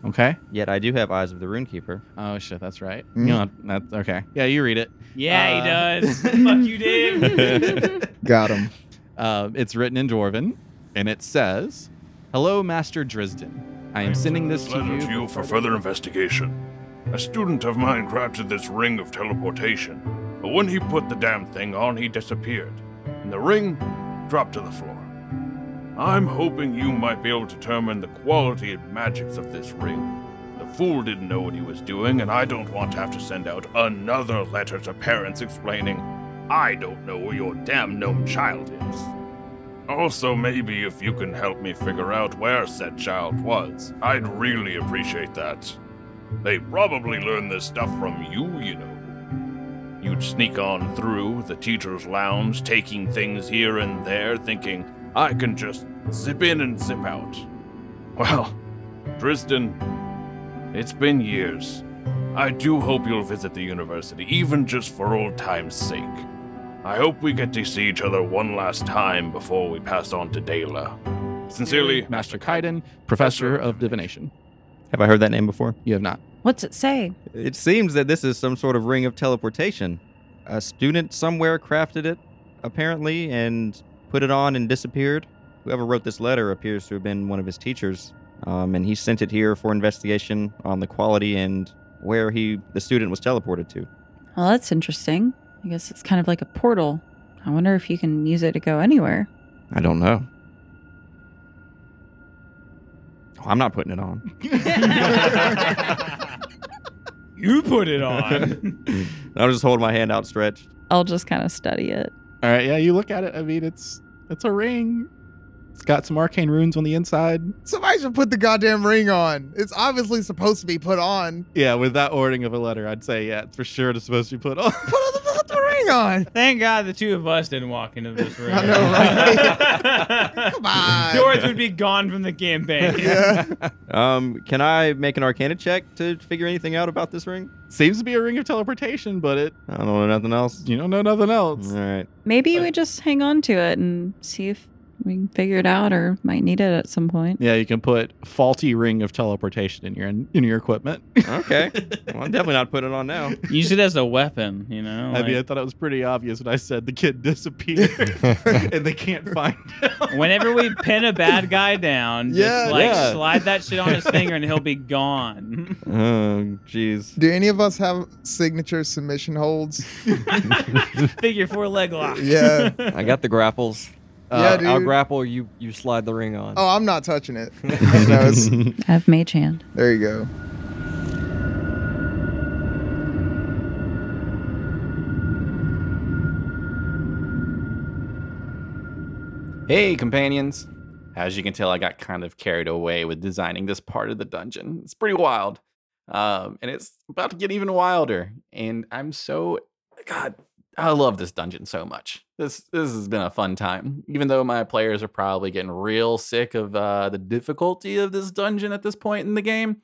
[SPEAKER 2] Okay.
[SPEAKER 6] yet I do have eyes of the runekeeper.
[SPEAKER 2] Oh shit, that's right. You
[SPEAKER 4] Mm.
[SPEAKER 2] know, that's okay. Yeah, you read it.
[SPEAKER 5] Yeah,
[SPEAKER 2] Uh,
[SPEAKER 5] he does.
[SPEAKER 2] (laughs)
[SPEAKER 5] Fuck you, Dave.
[SPEAKER 6] (laughs)
[SPEAKER 4] Got him.
[SPEAKER 2] Uh, it's written in Dwarven, and it says, "Hello, Master Drisden. I am sending this to
[SPEAKER 9] letter
[SPEAKER 2] you,
[SPEAKER 9] to you for further investigation. A student of mine crafted this ring of teleportation, but when he put the damn thing on, he disappeared, and the ring dropped to the floor. I'm hoping you might be able to determine the quality and magics of this ring. The fool didn't know what he was doing, and I don't want to have to send out another letter to parents explaining, I don't know where your damn gnome child is. Also, maybe if you can help me figure out where said child was, I'd really appreciate that. They probably learned this stuff from you, you know. You'd sneak on through the teacher's lounge, taking things here and there, thinking, I can just zip in and zip out. Well, Tristan, it's been years. I do hope you'll visit the university, even just for old time's sake. I hope we get to see each other one last time before we pass on to Dela. Sincerely,
[SPEAKER 2] Master Kaiden, Professor of Divination.
[SPEAKER 6] Have I heard that name before?
[SPEAKER 2] You have not.
[SPEAKER 8] What's it say?
[SPEAKER 6] It seems that this is some sort of ring of teleportation. A student somewhere crafted it, apparently, and put it on and disappeared. Whoever wrote this letter appears to have been one of his teachers, um, and he sent it here for investigation on the quality and where he the student was teleported to.
[SPEAKER 8] Well, that's interesting. I guess it's kind of like a portal. I wonder if you can use it to go anywhere.
[SPEAKER 6] I don't know. Oh, I'm not putting it on.
[SPEAKER 5] (laughs) you (laughs) put it on.
[SPEAKER 6] (laughs) I'll just hold my hand outstretched.
[SPEAKER 8] I'll just kind of study it.
[SPEAKER 2] All right. Yeah, you look at it. I mean, it's it's a ring. It's got some arcane runes on the inside.
[SPEAKER 4] Somebody should put the goddamn ring on. It's obviously supposed to be put on.
[SPEAKER 2] Yeah, with that ordering of a letter, I'd say yeah, it's for sure it's supposed to be put on. (laughs)
[SPEAKER 4] Put, on the, put the ring on.
[SPEAKER 5] Thank God the two of us didn't walk into this room.
[SPEAKER 4] I know,
[SPEAKER 5] (laughs)
[SPEAKER 4] Come on.
[SPEAKER 5] Doors would be gone from the campaign.
[SPEAKER 4] yeah.
[SPEAKER 6] Um, can I make an Arcana check to figure anything out about this ring?
[SPEAKER 2] Seems to be a ring of teleportation, but it
[SPEAKER 6] I don't know nothing else.
[SPEAKER 2] you don't know nothing else.
[SPEAKER 6] All right.
[SPEAKER 8] Maybe we just hang on to it and see if we can figure it out or might need it at some
[SPEAKER 4] (laughs)
[SPEAKER 8] point.
[SPEAKER 2] Yeah, you can put faulty ring of teleportation in your in, your equipment.
[SPEAKER 6] Okay.
[SPEAKER 2] (laughs)
[SPEAKER 6] Well, I'm definitely not putting it on now.
[SPEAKER 5] (laughs) Use it as a weapon, you know?
[SPEAKER 2] I mean, I thought it was pretty obvious when I said the kid (laughs)
[SPEAKER 4] (laughs)
[SPEAKER 2] disappeared and they can't find him.
[SPEAKER 5] Whenever
[SPEAKER 2] (laughs)
[SPEAKER 5] we pin a bad guy down,
[SPEAKER 4] Yeah,
[SPEAKER 5] just like
[SPEAKER 6] yeah.
[SPEAKER 5] slide that shit
[SPEAKER 4] (laughs)
[SPEAKER 5] on his finger and he'll be
[SPEAKER 2] (laughs)
[SPEAKER 5] gone.
[SPEAKER 6] Oh, jeez.
[SPEAKER 4] Do any of us have signature submission
[SPEAKER 2] (laughs)
[SPEAKER 4] holds?
[SPEAKER 5] Figure four leg lock. (laughs)
[SPEAKER 4] Yeah.
[SPEAKER 3] (laughs) I got the (laughs) grapples.
[SPEAKER 4] Yeah,
[SPEAKER 3] Uh, I'll
[SPEAKER 4] dude.
[SPEAKER 3] grapple. You you slide the ring on.
[SPEAKER 4] Oh, I'm not
[SPEAKER 2] (laughs)
[SPEAKER 4] touching it. No, it's-
[SPEAKER 8] I have mage hand.
[SPEAKER 4] there you go.
[SPEAKER 2] Hey, companions. As you can tell, I got kind of carried away with designing this part of the dungeon. It's pretty wild. Um, and it's about to get even wilder. And I'm so God, I love this dungeon so much. This this has been a fun time. Even though my players are probably getting real sick of uh, the difficulty of this dungeon at this point in the game,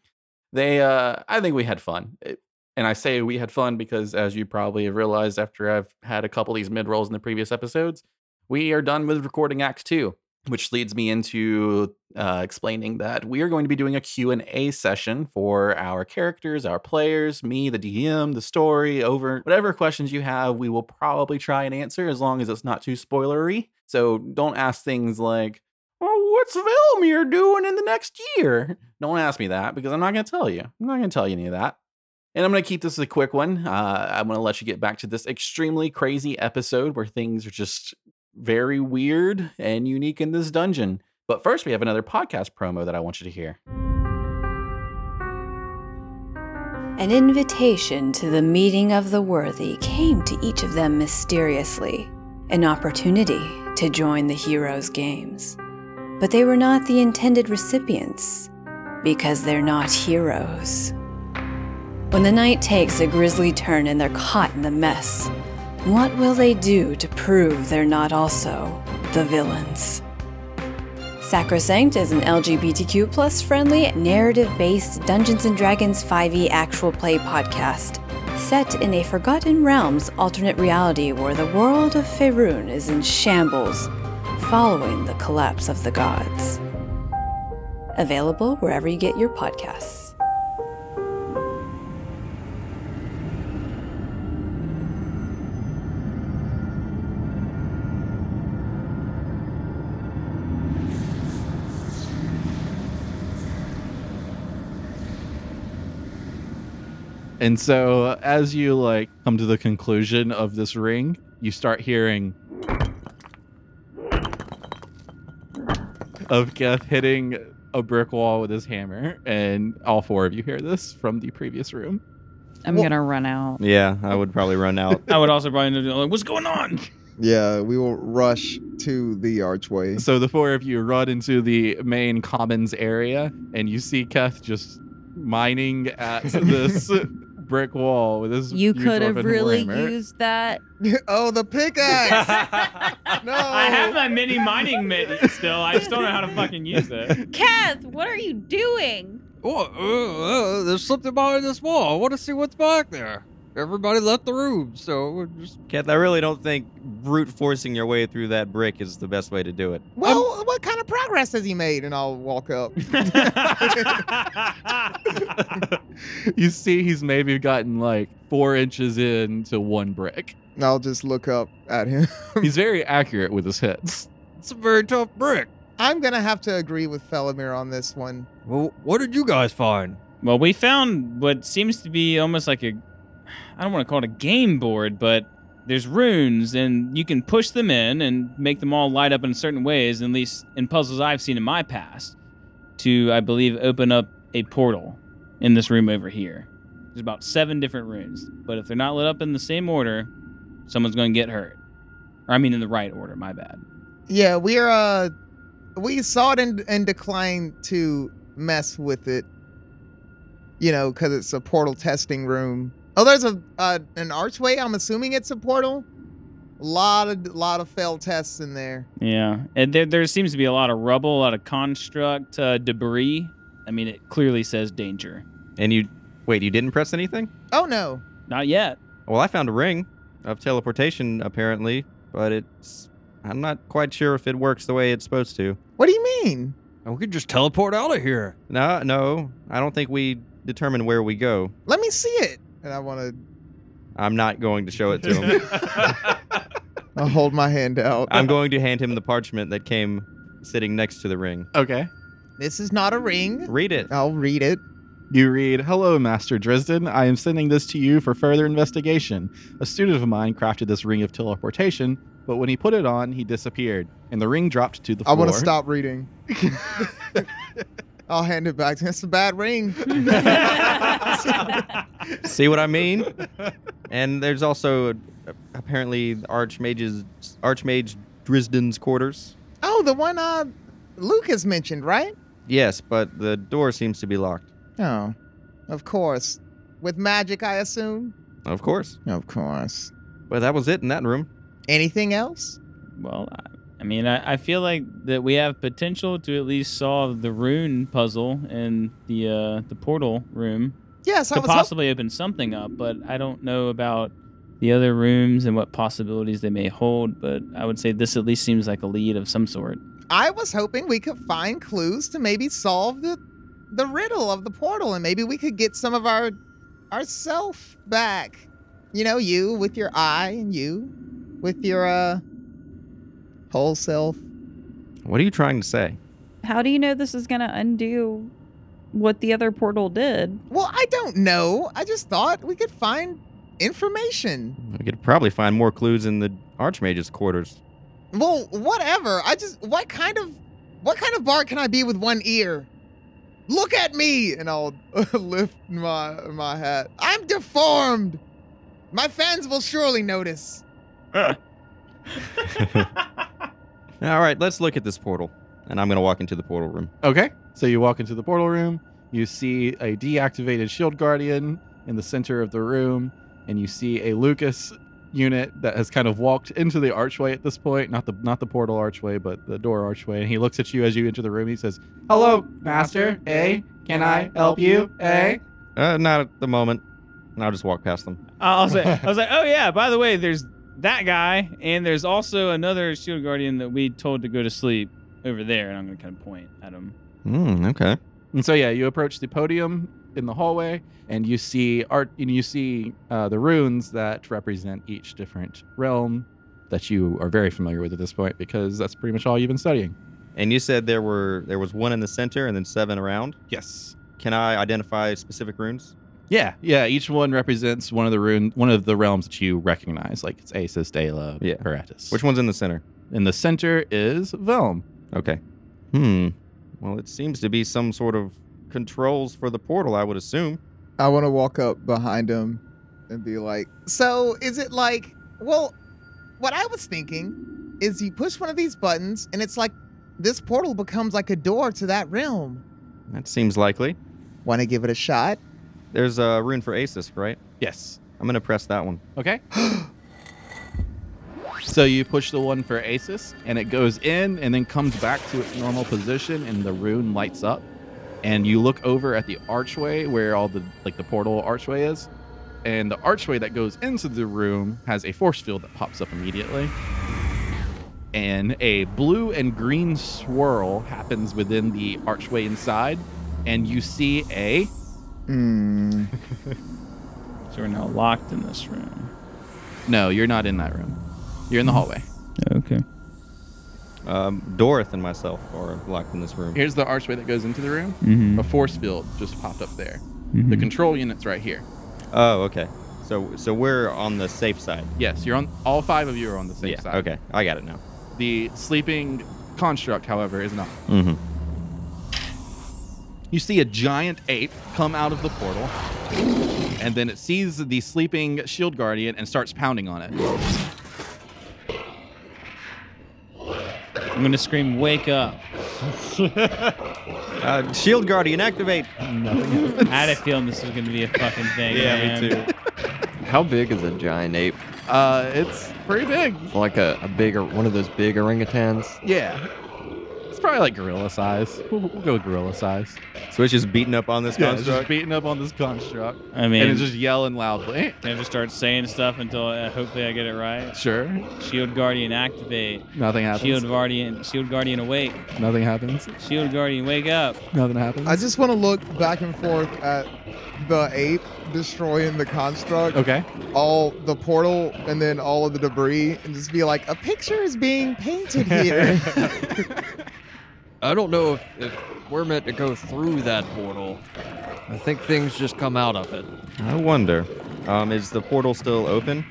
[SPEAKER 2] they uh, I think we had fun. It- and I say we had fun because, as you probably have realized after I've had a couple of these mid rolls in the previous episodes,
[SPEAKER 10] we are done with recording Act Two, which leads me into uh, explaining that we are going to be doing a Q and A session for our characters, our players, me, the DM, the story, over whatever questions you have. We will probably try and answer as long as it's not too spoilery. So don't ask things like, "Oh, what's Velmir doing in the next year?" Don't ask me that because I'm not going to tell you. I'm not going to tell you any of that. And I'm going to keep this as a quick one. Uh, I'm going to let you get back to this extremely crazy episode where things are just very weird and unique in this dungeon. But first, we have another podcast promo that I want you to hear.
[SPEAKER 11] An invitation to the meeting of the worthy came to each of them mysteriously, an opportunity to join the heroes' games. But they were not the intended recipients because they're not heroes. When the night takes a grisly turn and they're caught in the mess, what will they do to prove they're not also the villains? Sacrosanct is an LGBTQ plus friendly, narrative based Dungeons and Dragons 5e actual play podcast, set in a Forgotten Realms alternate reality where the world of Faerun is in shambles following the collapse of the gods. Available wherever you get your podcasts.
[SPEAKER 2] And so uh, as you like come to the conclusion of this ring, you start hearing of Geth hitting a brick wall with his hammer, and all four of you hear this from the previous room.
[SPEAKER 7] I'm gonna run out.
[SPEAKER 6] Yeah, I would probably run out.
[SPEAKER 5] I would also probably know, like, what's going on?
[SPEAKER 4] (laughs) Yeah, we will rush to the archway.
[SPEAKER 2] So the four of you run into the main commons area, and you see Keth just mining
[SPEAKER 4] (laughs)
[SPEAKER 2] at this brick wall with his.
[SPEAKER 7] You
[SPEAKER 2] huge
[SPEAKER 7] could have
[SPEAKER 2] weapon
[SPEAKER 7] really
[SPEAKER 2] hammer.
[SPEAKER 7] used that.
[SPEAKER 4] (laughs) oh, the
[SPEAKER 3] (laughs)
[SPEAKER 4] pickaxe! No,
[SPEAKER 5] I have my mini mining mitt still. I just don't know how to fucking use it.
[SPEAKER 7] Keth, what are you doing?
[SPEAKER 3] Oh, uh, uh, there's something behind this wall. I want to see what's back there. Everybody left the room, so we're just.
[SPEAKER 6] Keth, I really don't think brute forcing your way through that brick is the best way to do it.
[SPEAKER 4] well, what kind of progress has he made? And I'll
[SPEAKER 3] (laughs)
[SPEAKER 4] walk up.
[SPEAKER 2] (laughs) you see, he's maybe gotten like four inches into one brick.
[SPEAKER 4] And I'll just look up at him. (laughs)
[SPEAKER 2] He's very accurate with his hits.
[SPEAKER 3] It's a very tough brick.
[SPEAKER 4] I'm gonna have to agree with Felomir on this one.
[SPEAKER 3] Well, what did you guys find?
[SPEAKER 5] well, we found what seems to be almost like a I don't want to call it a game board, but there's runes and you can push them in and make them all light up in certain ways, at least in puzzles I've seen in my past, to I believe open up a portal in this room over here. There's about seven different runes, but if they're not lit up in the same order, someone's going to get hurt. Or I mean in the right order, my bad.
[SPEAKER 4] Yeah, we're uh, we saw it and, and declined to mess with it. You know, because it's a portal testing room. Oh, there's a uh, an archway. I'm assuming it's a portal. A lot of lot of failed tests in there.
[SPEAKER 5] Yeah, and there there seems to be a lot of rubble, a lot of construct uh, debris. I mean, it clearly says danger.
[SPEAKER 6] And you. Wait, you didn't press anything?
[SPEAKER 4] Oh no,
[SPEAKER 5] Not yet.
[SPEAKER 6] Well, I found a ring of teleportation, apparently, but it's. I'm not quite sure if it works the way it's supposed to.
[SPEAKER 4] what do you mean?
[SPEAKER 2] Oh,
[SPEAKER 3] And we could just teleport out of here.
[SPEAKER 6] No, no, I don't think we determine where we go.
[SPEAKER 4] Let me see it. And I want
[SPEAKER 6] I'm not going to show it to
[SPEAKER 2] (laughs)
[SPEAKER 6] him.
[SPEAKER 4] to hold my hand out.
[SPEAKER 6] I'm going to hand him the parchment that came sitting next to the ring.
[SPEAKER 2] Okay.
[SPEAKER 4] This is not a ring.
[SPEAKER 6] Read it.
[SPEAKER 4] I'll read it.
[SPEAKER 2] You read, Hello, Master Dresden. I am sending this to you for further investigation. A student of mine crafted this ring of teleportation, but when he put it on, he disappeared, and the ring dropped to the
[SPEAKER 4] I
[SPEAKER 2] floor.
[SPEAKER 4] want to stop reading. I'll hand it back to him. It's a bad ring. (laughs)
[SPEAKER 6] See what I
[SPEAKER 4] (laughs)
[SPEAKER 6] mean? And there's also uh, apparently Archmage's Archmage Drisden's quarters.
[SPEAKER 4] Oh, the one uh, Lucas mentioned, right?
[SPEAKER 6] Yes, but the door seems to be locked.
[SPEAKER 4] Oh, of course. With magic, I assume?
[SPEAKER 6] Of course.
[SPEAKER 4] Of course.
[SPEAKER 6] But that was it in that room.
[SPEAKER 4] Anything else?
[SPEAKER 5] Well, I, I mean, I, I feel like that we have potential to at least solve the rune puzzle in the uh, the portal room
[SPEAKER 4] Yes, I
[SPEAKER 5] to
[SPEAKER 4] was hop-
[SPEAKER 5] possibly open something up, but I don't know about the other rooms and what possibilities they may hold, but I would say this at least seems like a lead of some sort.
[SPEAKER 4] I was hoping we could find clues to maybe solve the the riddle of the portal and maybe we could get some of our ourself back. You know, you with your eye and you with your uh whole self.
[SPEAKER 6] What are you trying to say?
[SPEAKER 7] How do you know this is going to undo what the other portal did?
[SPEAKER 4] Well, I don't know. I just thought we
[SPEAKER 2] (laughs)
[SPEAKER 4] could find information.
[SPEAKER 6] We could probably find more clues in the Archmage's quarters.
[SPEAKER 4] Well, whatever. I just what kind of what kind of bard can I be with one ear? Look at me, and I'll (laughs) lift my my hat. I'm deformed. My fans will surely notice.
[SPEAKER 6] All right, let's look at this portal. And I'm going to walk into the portal room.
[SPEAKER 2] Okay. So you walk into the portal room. You see a deactivated shield guardian in the center of the room, and you see a Lucas unit that has kind of walked into the archway at this point. Not the not the portal archway, but the door archway. And he looks at you as you enter the room. He says, "Hello, Master. Eh? Can I help you? Eh?"
[SPEAKER 6] Uh, not at the moment. And I'll just walk past them.
[SPEAKER 5] I was like, I was like, oh yeah. By the way, there's that guy, and there's also another shield guardian that we told to go to sleep over there. And I'm gonna kind of point at him.
[SPEAKER 6] Hmm, okay.
[SPEAKER 2] And so yeah, you approach the podium in the hallway, and you see art, and you see uh, the runes that represent each different realm Um, that you are very familiar with at this point because that's pretty much all you've been studying.
[SPEAKER 6] And you said there were there was one in the center and then seven around.
[SPEAKER 2] Yes.
[SPEAKER 6] Can I identify specific runes?
[SPEAKER 2] Yeah, yeah. Each one represents one of the rune, one of the realms that you recognize, like it's Asus, Dela,
[SPEAKER 6] Yeah.
[SPEAKER 2] Paratus.
[SPEAKER 6] Which one's in the center?
[SPEAKER 2] in the center is Velm.
[SPEAKER 6] Okay. Hmm. Well, it seems to be some sort of controls for the portal, I would assume.
[SPEAKER 4] I want to walk up behind him and be like, "So is it like? Well, what I was thinking is you push one of these buttons, and it's like this portal becomes like a door to that realm.
[SPEAKER 6] That seems likely.
[SPEAKER 4] Want to give it a shot?
[SPEAKER 6] There's a rune for Asus, right?
[SPEAKER 2] Yes.
[SPEAKER 6] I'm going to press that one. (gasps)
[SPEAKER 2] Okay. (gasps) so you push the one for Asus, and it goes in and then comes back to its normal position, and the rune lights up. And you look over at the archway where all the like the portal archway is, and the archway that goes into the room has a force field that pops up immediately. And a blue and green swirl happens within the archway inside, and you see a
[SPEAKER 4] Hmm.
[SPEAKER 5] (laughs) So we're now locked in this room.
[SPEAKER 2] No, you're not in that room. You're in the hallway.
[SPEAKER 5] Okay.
[SPEAKER 6] Um, Dorith and myself are locked in this room.
[SPEAKER 2] Here's the archway that goes into the room.
[SPEAKER 5] Mm-hmm.
[SPEAKER 2] A force field just popped up there. The control unit's right here.
[SPEAKER 6] Oh, okay. So so we're on the safe side.
[SPEAKER 2] Yes, you're on. All five of you are on the same
[SPEAKER 6] yeah.
[SPEAKER 2] side.
[SPEAKER 6] Okay. I got it now.
[SPEAKER 2] The sleeping construct, however, is not.
[SPEAKER 6] Mm-hmm.
[SPEAKER 2] You see a giant ape come out of the portal, and then it sees the sleeping shield guardian and starts pounding on it.
[SPEAKER 5] I'm gonna scream, "Wake
[SPEAKER 4] (laughs)
[SPEAKER 5] up!"
[SPEAKER 6] Uh, Shield Guardian, activate.
[SPEAKER 5] (laughs) I had a feeling this was gonna be a fucking thing. man.
[SPEAKER 3] (laughs) How big is a giant ape?
[SPEAKER 2] Uh, it's pretty big.
[SPEAKER 3] Like a, a big, one of those big orangutans?
[SPEAKER 2] Yeah. It's probably like gorilla size. We'll, we'll go with gorilla size.
[SPEAKER 6] So it's just beating up on this
[SPEAKER 2] Yeah, it's just
[SPEAKER 6] construct.
[SPEAKER 2] beating up on this construct,
[SPEAKER 5] I mean,
[SPEAKER 2] and it's just
[SPEAKER 5] (laughs)
[SPEAKER 2] yelling loudly.
[SPEAKER 5] Can I just start saying stuff until uh, hopefully I get it right?
[SPEAKER 2] Sure.
[SPEAKER 5] Shield Guardian activate.
[SPEAKER 2] Nothing happens.
[SPEAKER 5] Shield Guardian. Shield Guardian awake.
[SPEAKER 2] Nothing happens.
[SPEAKER 5] Shield Guardian wake up.
[SPEAKER 2] Nothing happens.
[SPEAKER 4] I just want to look back and forth at the ape destroying the construct,
[SPEAKER 2] okay.
[SPEAKER 4] all the portal, and then all of the debris, and just be like, a picture is being painted here.
[SPEAKER 3] I don't know if, if we're meant to go through that portal. I think things just come out of it. (laughs)
[SPEAKER 6] I wonder. Um, is the portal still open?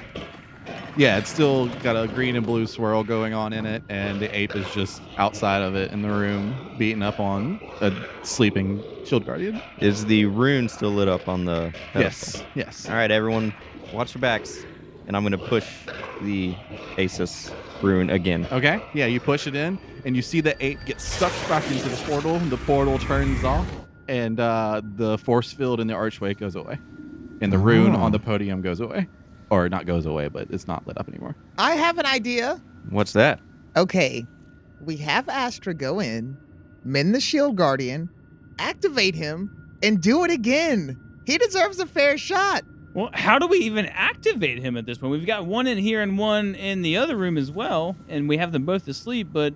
[SPEAKER 2] Yeah, it's still got a green and blue swirl going on in it, and the ape is just outside of it in the room, beating up on a sleeping shield guardian.
[SPEAKER 6] Is the rune still lit up on the pedestal?
[SPEAKER 2] Yes. Yes.
[SPEAKER 6] All right, everyone, watch your backs, and I'm gonna push the Asus rune again.
[SPEAKER 2] Okay. Yeah, you push it in, and you see the ape get sucked back into the portal. and The portal turns off, and uh, the force field in the archway goes away, and the rune on
[SPEAKER 6] Oh.
[SPEAKER 2] the podium goes away, or not goes away, but it's not lit up anymore.
[SPEAKER 4] I have an idea.
[SPEAKER 6] What's that?
[SPEAKER 4] Okay, we have Astra go in, mend the shield guardian, activate him, and do it again. He deserves a fair shot.
[SPEAKER 5] Well, how do we even activate him at this point? We've got one in here and one in the other room as well, and we have them both asleep, but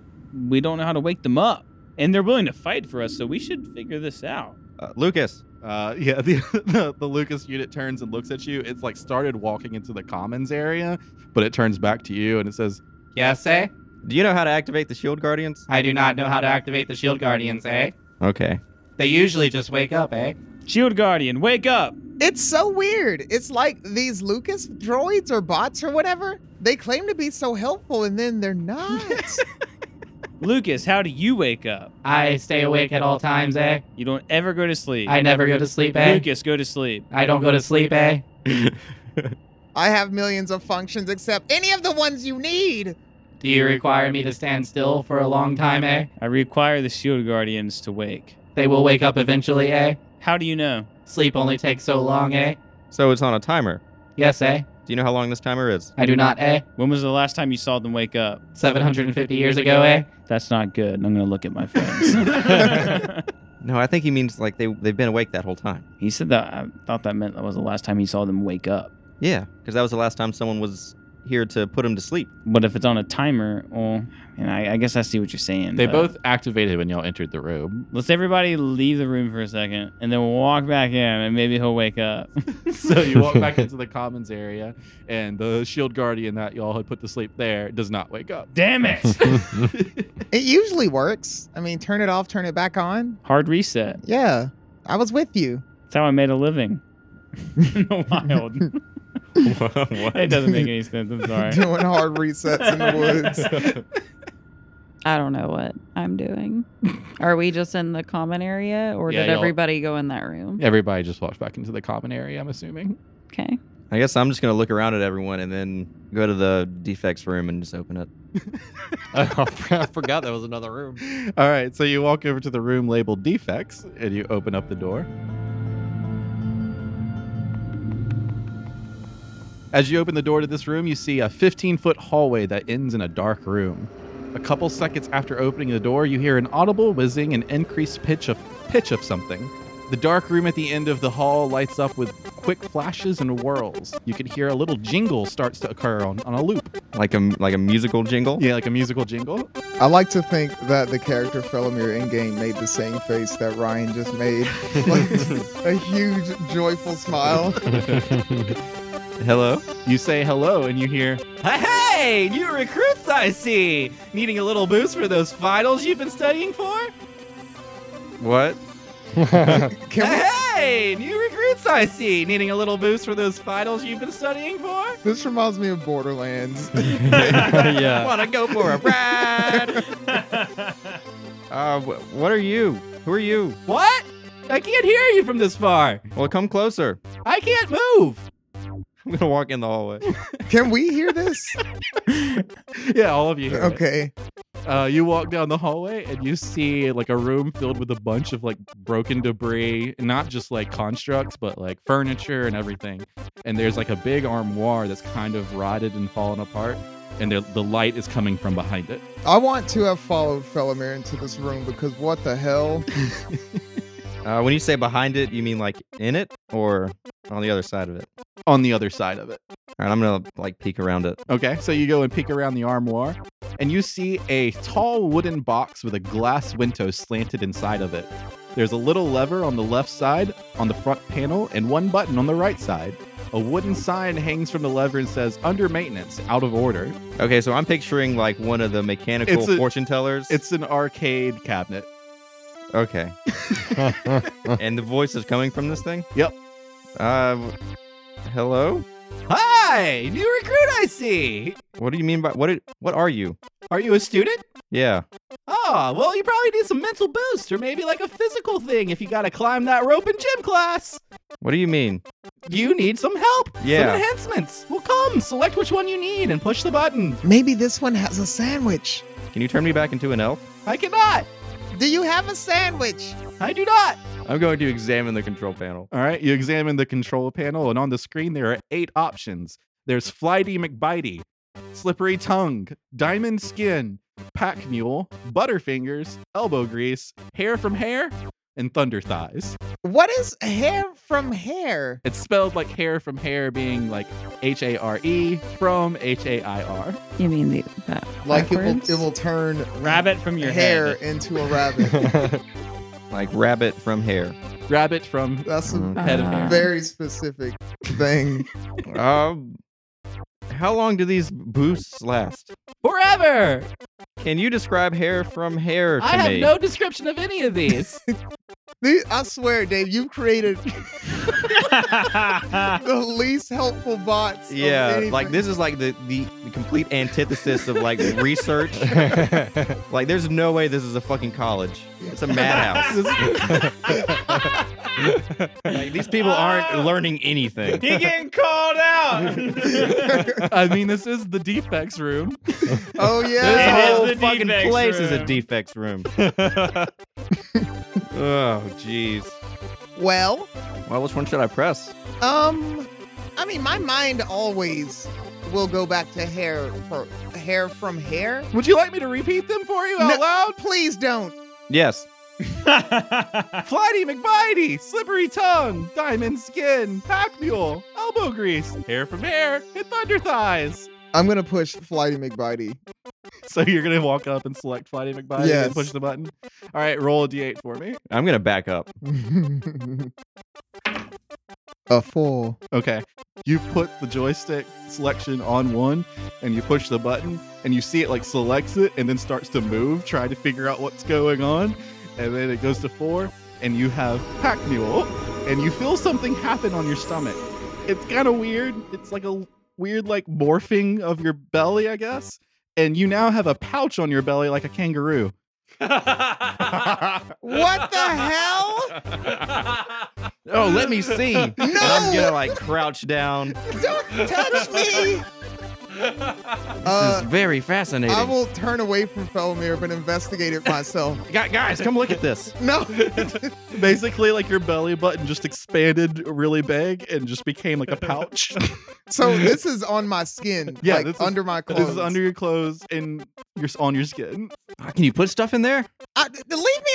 [SPEAKER 5] we don't know how to wake them up. And they're willing to fight for us, so we should figure this out.
[SPEAKER 6] Uh, Lucas,
[SPEAKER 2] Uh, yeah, (laughs) the, the the Lucas unit turns and looks at you. It's like started walking into the commons area, but it turns back to you and it says,
[SPEAKER 6] Yes, eh? do you know how to activate the shield guardians?
[SPEAKER 12] I do not know how to activate the shield guardians, eh?
[SPEAKER 6] Okay.
[SPEAKER 12] They usually just wake up, eh?
[SPEAKER 5] Shield Guardian, wake up!
[SPEAKER 4] It's so weird. It's like these Lucas droids or bots or whatever, they claim to be so helpful and then they're not. (laughs)
[SPEAKER 5] Lucas, how do you wake up?
[SPEAKER 12] I stay awake at all times, eh?
[SPEAKER 5] You don't ever go to sleep.
[SPEAKER 12] I never go to sleep, eh?
[SPEAKER 5] Lucas, go to sleep.
[SPEAKER 12] I don't go to sleep, eh? (laughs)
[SPEAKER 4] I have millions of functions except any of the ones you need.
[SPEAKER 12] Do you require me to stand still for a long time, eh?
[SPEAKER 5] I require the Shield Guardians to wake.
[SPEAKER 12] They will wake up eventually, eh?
[SPEAKER 5] How do you know?
[SPEAKER 12] Sleep only takes so long, eh?
[SPEAKER 6] So it's on a timer.
[SPEAKER 12] Yes, eh?
[SPEAKER 6] Do you know how long this timer is?
[SPEAKER 12] I do not, eh?
[SPEAKER 5] When was the last time you saw them wake up?
[SPEAKER 6] (laughs)
[SPEAKER 12] 750 years ago, eh?
[SPEAKER 5] That's not good. and I'm going to look at
[SPEAKER 12] (laughs)
[SPEAKER 5] my friends.
[SPEAKER 6] No, I think he means like they they've been awake that whole time.
[SPEAKER 5] he said that. I thought that meant that was the last time he saw them wake up.
[SPEAKER 6] Yeah, because that was the last time someone was here to put him to sleep.
[SPEAKER 5] But if it's on a timer, well, and I, I guess I see what you're saying.
[SPEAKER 2] They
[SPEAKER 5] but-
[SPEAKER 2] both activated when y'all entered the room.
[SPEAKER 5] Let's everybody leave the room for a second, and then we'll walk back in, and maybe he'll wake up. (laughs)
[SPEAKER 2] so
[SPEAKER 6] (laughs)
[SPEAKER 2] you walk back into the commons area, and the shield guardian that y'all had put to sleep there does not wake up.
[SPEAKER 5] Damn
[SPEAKER 4] (laughs)
[SPEAKER 5] it!
[SPEAKER 4] It usually works. I mean, turn it off, turn it back on.
[SPEAKER 5] Hard reset.
[SPEAKER 4] Yeah, I was with you.
[SPEAKER 5] That's how I made a living. (laughs) In the
[SPEAKER 6] (laughs)
[SPEAKER 5] wild. It doesn't make any sense. I'm sorry.
[SPEAKER 4] (laughs) Doing hard resets in the woods.
[SPEAKER 8] (laughs) I don't know what I'm
[SPEAKER 2] (laughs)
[SPEAKER 8] doing. Are we just in the common area or
[SPEAKER 2] Yeah,
[SPEAKER 8] did
[SPEAKER 2] y'all-
[SPEAKER 8] everybody go in that
[SPEAKER 5] Hmm.
[SPEAKER 8] room?
[SPEAKER 2] Everybody just walks back into the common area. I'm assuming.
[SPEAKER 8] Okay.
[SPEAKER 6] I guess I'm just gonna look around at everyone and then go to the defects room and just open it.
[SPEAKER 3] I forgot there was another room.
[SPEAKER 2] All right, so you walk over to the room labeled defects, and you open up the door. As you open the door to this room, you see a 15 foot hallway that ends in a dark room. A couple seconds after opening the door, you hear an audible whizzing and increased pitch of pitch of something. The dark room at the end of the hall lights up with quick flashes and whirls. You can hear a little jingle starts to occur on, on a loop.
[SPEAKER 6] Like a like a musical jingle.
[SPEAKER 2] Yeah, like a musical jingle.
[SPEAKER 4] I like to think that the character Felomir in game made the same face that Ryan just
[SPEAKER 12] (laughs)
[SPEAKER 4] made. (laughs) like a huge, joyful smile.
[SPEAKER 12] (laughs)
[SPEAKER 6] Hello.
[SPEAKER 2] You say hello and you hear
[SPEAKER 12] Hey, new recruits, I see. Needing a little boost for those finals you've been studying for?
[SPEAKER 3] (laughs)
[SPEAKER 2] (laughs)
[SPEAKER 6] What?
[SPEAKER 4] Can
[SPEAKER 12] Hey, new recruits, I see. Needing a little boost for those finals you've been studying for?
[SPEAKER 4] we, this reminds me of Borderlands.
[SPEAKER 12] (laughs)
[SPEAKER 3] yeah.
[SPEAKER 12] Wanna go for a ride?
[SPEAKER 6] Uh, wh- what are you? Who are you?
[SPEAKER 12] what? I can't hear you from this far.
[SPEAKER 6] Well, come closer.
[SPEAKER 12] I can't move.
[SPEAKER 6] (laughs) I'm gonna walk in
[SPEAKER 12] (laughs)
[SPEAKER 6] the hallway.
[SPEAKER 4] Can we hear this?
[SPEAKER 2] (laughs) Yeah, all of you hear it.
[SPEAKER 4] Okay.
[SPEAKER 2] Uh, you walk down the hallway and you see like a room filled with a bunch of like broken debris, not just like constructs, but like furniture and everything. And there's like a big armoire that's kind of rotted and fallen apart, and there, the light is coming from behind it.
[SPEAKER 4] I want to have followed Felomir into this room because what the hell?
[SPEAKER 6] Uh, when you say behind it, you mean like in it or on the other side of it?
[SPEAKER 2] On the other side of it.
[SPEAKER 6] All right, I'm gonna like peek around it.
[SPEAKER 2] Okay, so you go and peek around the armoire, and you see a tall wooden box with a glass window slanted inside of it. There's a little lever on the left side on the front panel and one button on the right side. A wooden sign hangs from the lever and says, Under maintenance, out of order.
[SPEAKER 6] Okay, so I'm picturing like one of the mechanical
[SPEAKER 2] It's a-
[SPEAKER 6] fortune tellers.
[SPEAKER 2] It's an arcade cabinet.
[SPEAKER 6] okay.
[SPEAKER 2] (laughs)
[SPEAKER 6] and the voice is coming from this thing.
[SPEAKER 2] Yep.
[SPEAKER 6] Uh, w- hello.
[SPEAKER 12] Hi, new recruit, I see.
[SPEAKER 6] What do you mean by what? Did, what are you?
[SPEAKER 12] Are you a student?
[SPEAKER 6] Yeah.
[SPEAKER 2] Ah,
[SPEAKER 12] Oh, well, you probably need some mental boost or maybe like a physical thing if you gotta climb that rope in gym class.
[SPEAKER 6] What do you mean?
[SPEAKER 12] You need some help.
[SPEAKER 6] Yeah.
[SPEAKER 12] Some enhancements. Well, come, select which one you need and push the button.
[SPEAKER 4] Maybe this one has a sandwich.
[SPEAKER 6] Can you turn me back into an elf?
[SPEAKER 12] (laughs) I cannot.
[SPEAKER 4] Do you have a sandwich?
[SPEAKER 12] I do not.
[SPEAKER 6] I'm going to examine the control panel.
[SPEAKER 2] All right, you examine the control panel, and on the screen there are eight options. There's Flighty McBitey, Slippery Tongue, Diamond Skin, Pack Mule, Butterfingers, Elbow Grease, Hair from Hair, and thunder thighs.
[SPEAKER 4] What is hair from hair?
[SPEAKER 2] It's spelled like hair from hair, being like H A R E from H A I R.
[SPEAKER 8] You mean the, the
[SPEAKER 4] Like it will, it will turn
[SPEAKER 5] Rabbit from your
[SPEAKER 4] hair
[SPEAKER 5] head.
[SPEAKER 4] into a
[SPEAKER 2] (laughs)
[SPEAKER 4] rabbit.
[SPEAKER 6] like rabbit from hair. Mm-hmm.
[SPEAKER 2] Rabbit from
[SPEAKER 4] That's a
[SPEAKER 2] head of
[SPEAKER 8] Uh-huh.
[SPEAKER 2] hair.
[SPEAKER 4] very specific thing.
[SPEAKER 6] (laughs) Um, how long do these boosts last?
[SPEAKER 2] Forever!
[SPEAKER 6] Can you describe hair from hair to
[SPEAKER 2] I have
[SPEAKER 6] me?
[SPEAKER 2] no description of any of these.
[SPEAKER 4] The- I swear, Dave,
[SPEAKER 2] (laughs)
[SPEAKER 4] you've created (laughs) the least helpful bots. of
[SPEAKER 6] yeah, like
[SPEAKER 4] anything.
[SPEAKER 6] this is like the, the, the complete antithesis of
[SPEAKER 4] (laughs)
[SPEAKER 6] like research. like, there's no way this is a fucking college. It's a madhouse. (laughs)
[SPEAKER 4] (laughs)
[SPEAKER 6] like, these people aren't learning anything.
[SPEAKER 5] He getting called out.
[SPEAKER 2] I mean, this is the defects room.
[SPEAKER 4] (laughs) Oh
[SPEAKER 6] This
[SPEAKER 5] It
[SPEAKER 4] yeah.
[SPEAKER 5] is
[SPEAKER 6] whole
[SPEAKER 5] the
[SPEAKER 6] fucking
[SPEAKER 5] defects
[SPEAKER 6] place is a
[SPEAKER 5] room.
[SPEAKER 6] defects room. oh, jeez.
[SPEAKER 4] Well,
[SPEAKER 6] Well, which one should I press?
[SPEAKER 4] um, I mean, my mind always will go back to hair for hair from hair.
[SPEAKER 2] Would you like me to repeat them for you
[SPEAKER 4] No.
[SPEAKER 2] out loud?
[SPEAKER 4] Please don't.
[SPEAKER 6] Yes.
[SPEAKER 2] Flighty McBitey, slippery tongue, diamond skin, pack mule, elbow grease, hair from hair, and thunder thighs.
[SPEAKER 4] I'm gonna push Flighty McBitey.
[SPEAKER 2] So you're gonna walk up and select Flighty McBitey
[SPEAKER 4] Yes.
[SPEAKER 2] and push the button. All right, roll a d8 for me.
[SPEAKER 6] I'm going to back up.
[SPEAKER 4] (laughs) a four.
[SPEAKER 2] Okay. You put the joystick selection on one and you push the button and you see it like selects it and then starts to move, trying to figure out what's going on. And then it goes to four and you have pack mule and you feel something happen on your stomach. It's kind of weird. It's like a weird like morphing of your belly, I guess. And you now have a pouch on your belly like a kangaroo.
[SPEAKER 4] What the hell?
[SPEAKER 2] (laughs)
[SPEAKER 6] Oh, let me see. No! (laughs) And I'm gonna like crouch down.
[SPEAKER 4] (laughs) Don't touch
[SPEAKER 12] (laughs)
[SPEAKER 6] this
[SPEAKER 4] me. Uh,
[SPEAKER 6] is very fascinating.
[SPEAKER 4] (laughs) I will turn away from Felmir, but investigate it myself.
[SPEAKER 6] Gu- Guys, come look at this.
[SPEAKER 4] (laughs) No.
[SPEAKER 2] Basically, like your belly button just expanded really big and just became like a pouch.
[SPEAKER 4] (laughs) So this is on my skin.
[SPEAKER 2] Yeah,
[SPEAKER 4] like
[SPEAKER 2] this is-
[SPEAKER 4] under my
[SPEAKER 2] (laughs)
[SPEAKER 4] clothes.
[SPEAKER 2] This is under your clothes and your on your skin.
[SPEAKER 6] Ah, Can you put stuff in there?
[SPEAKER 4] I, leave me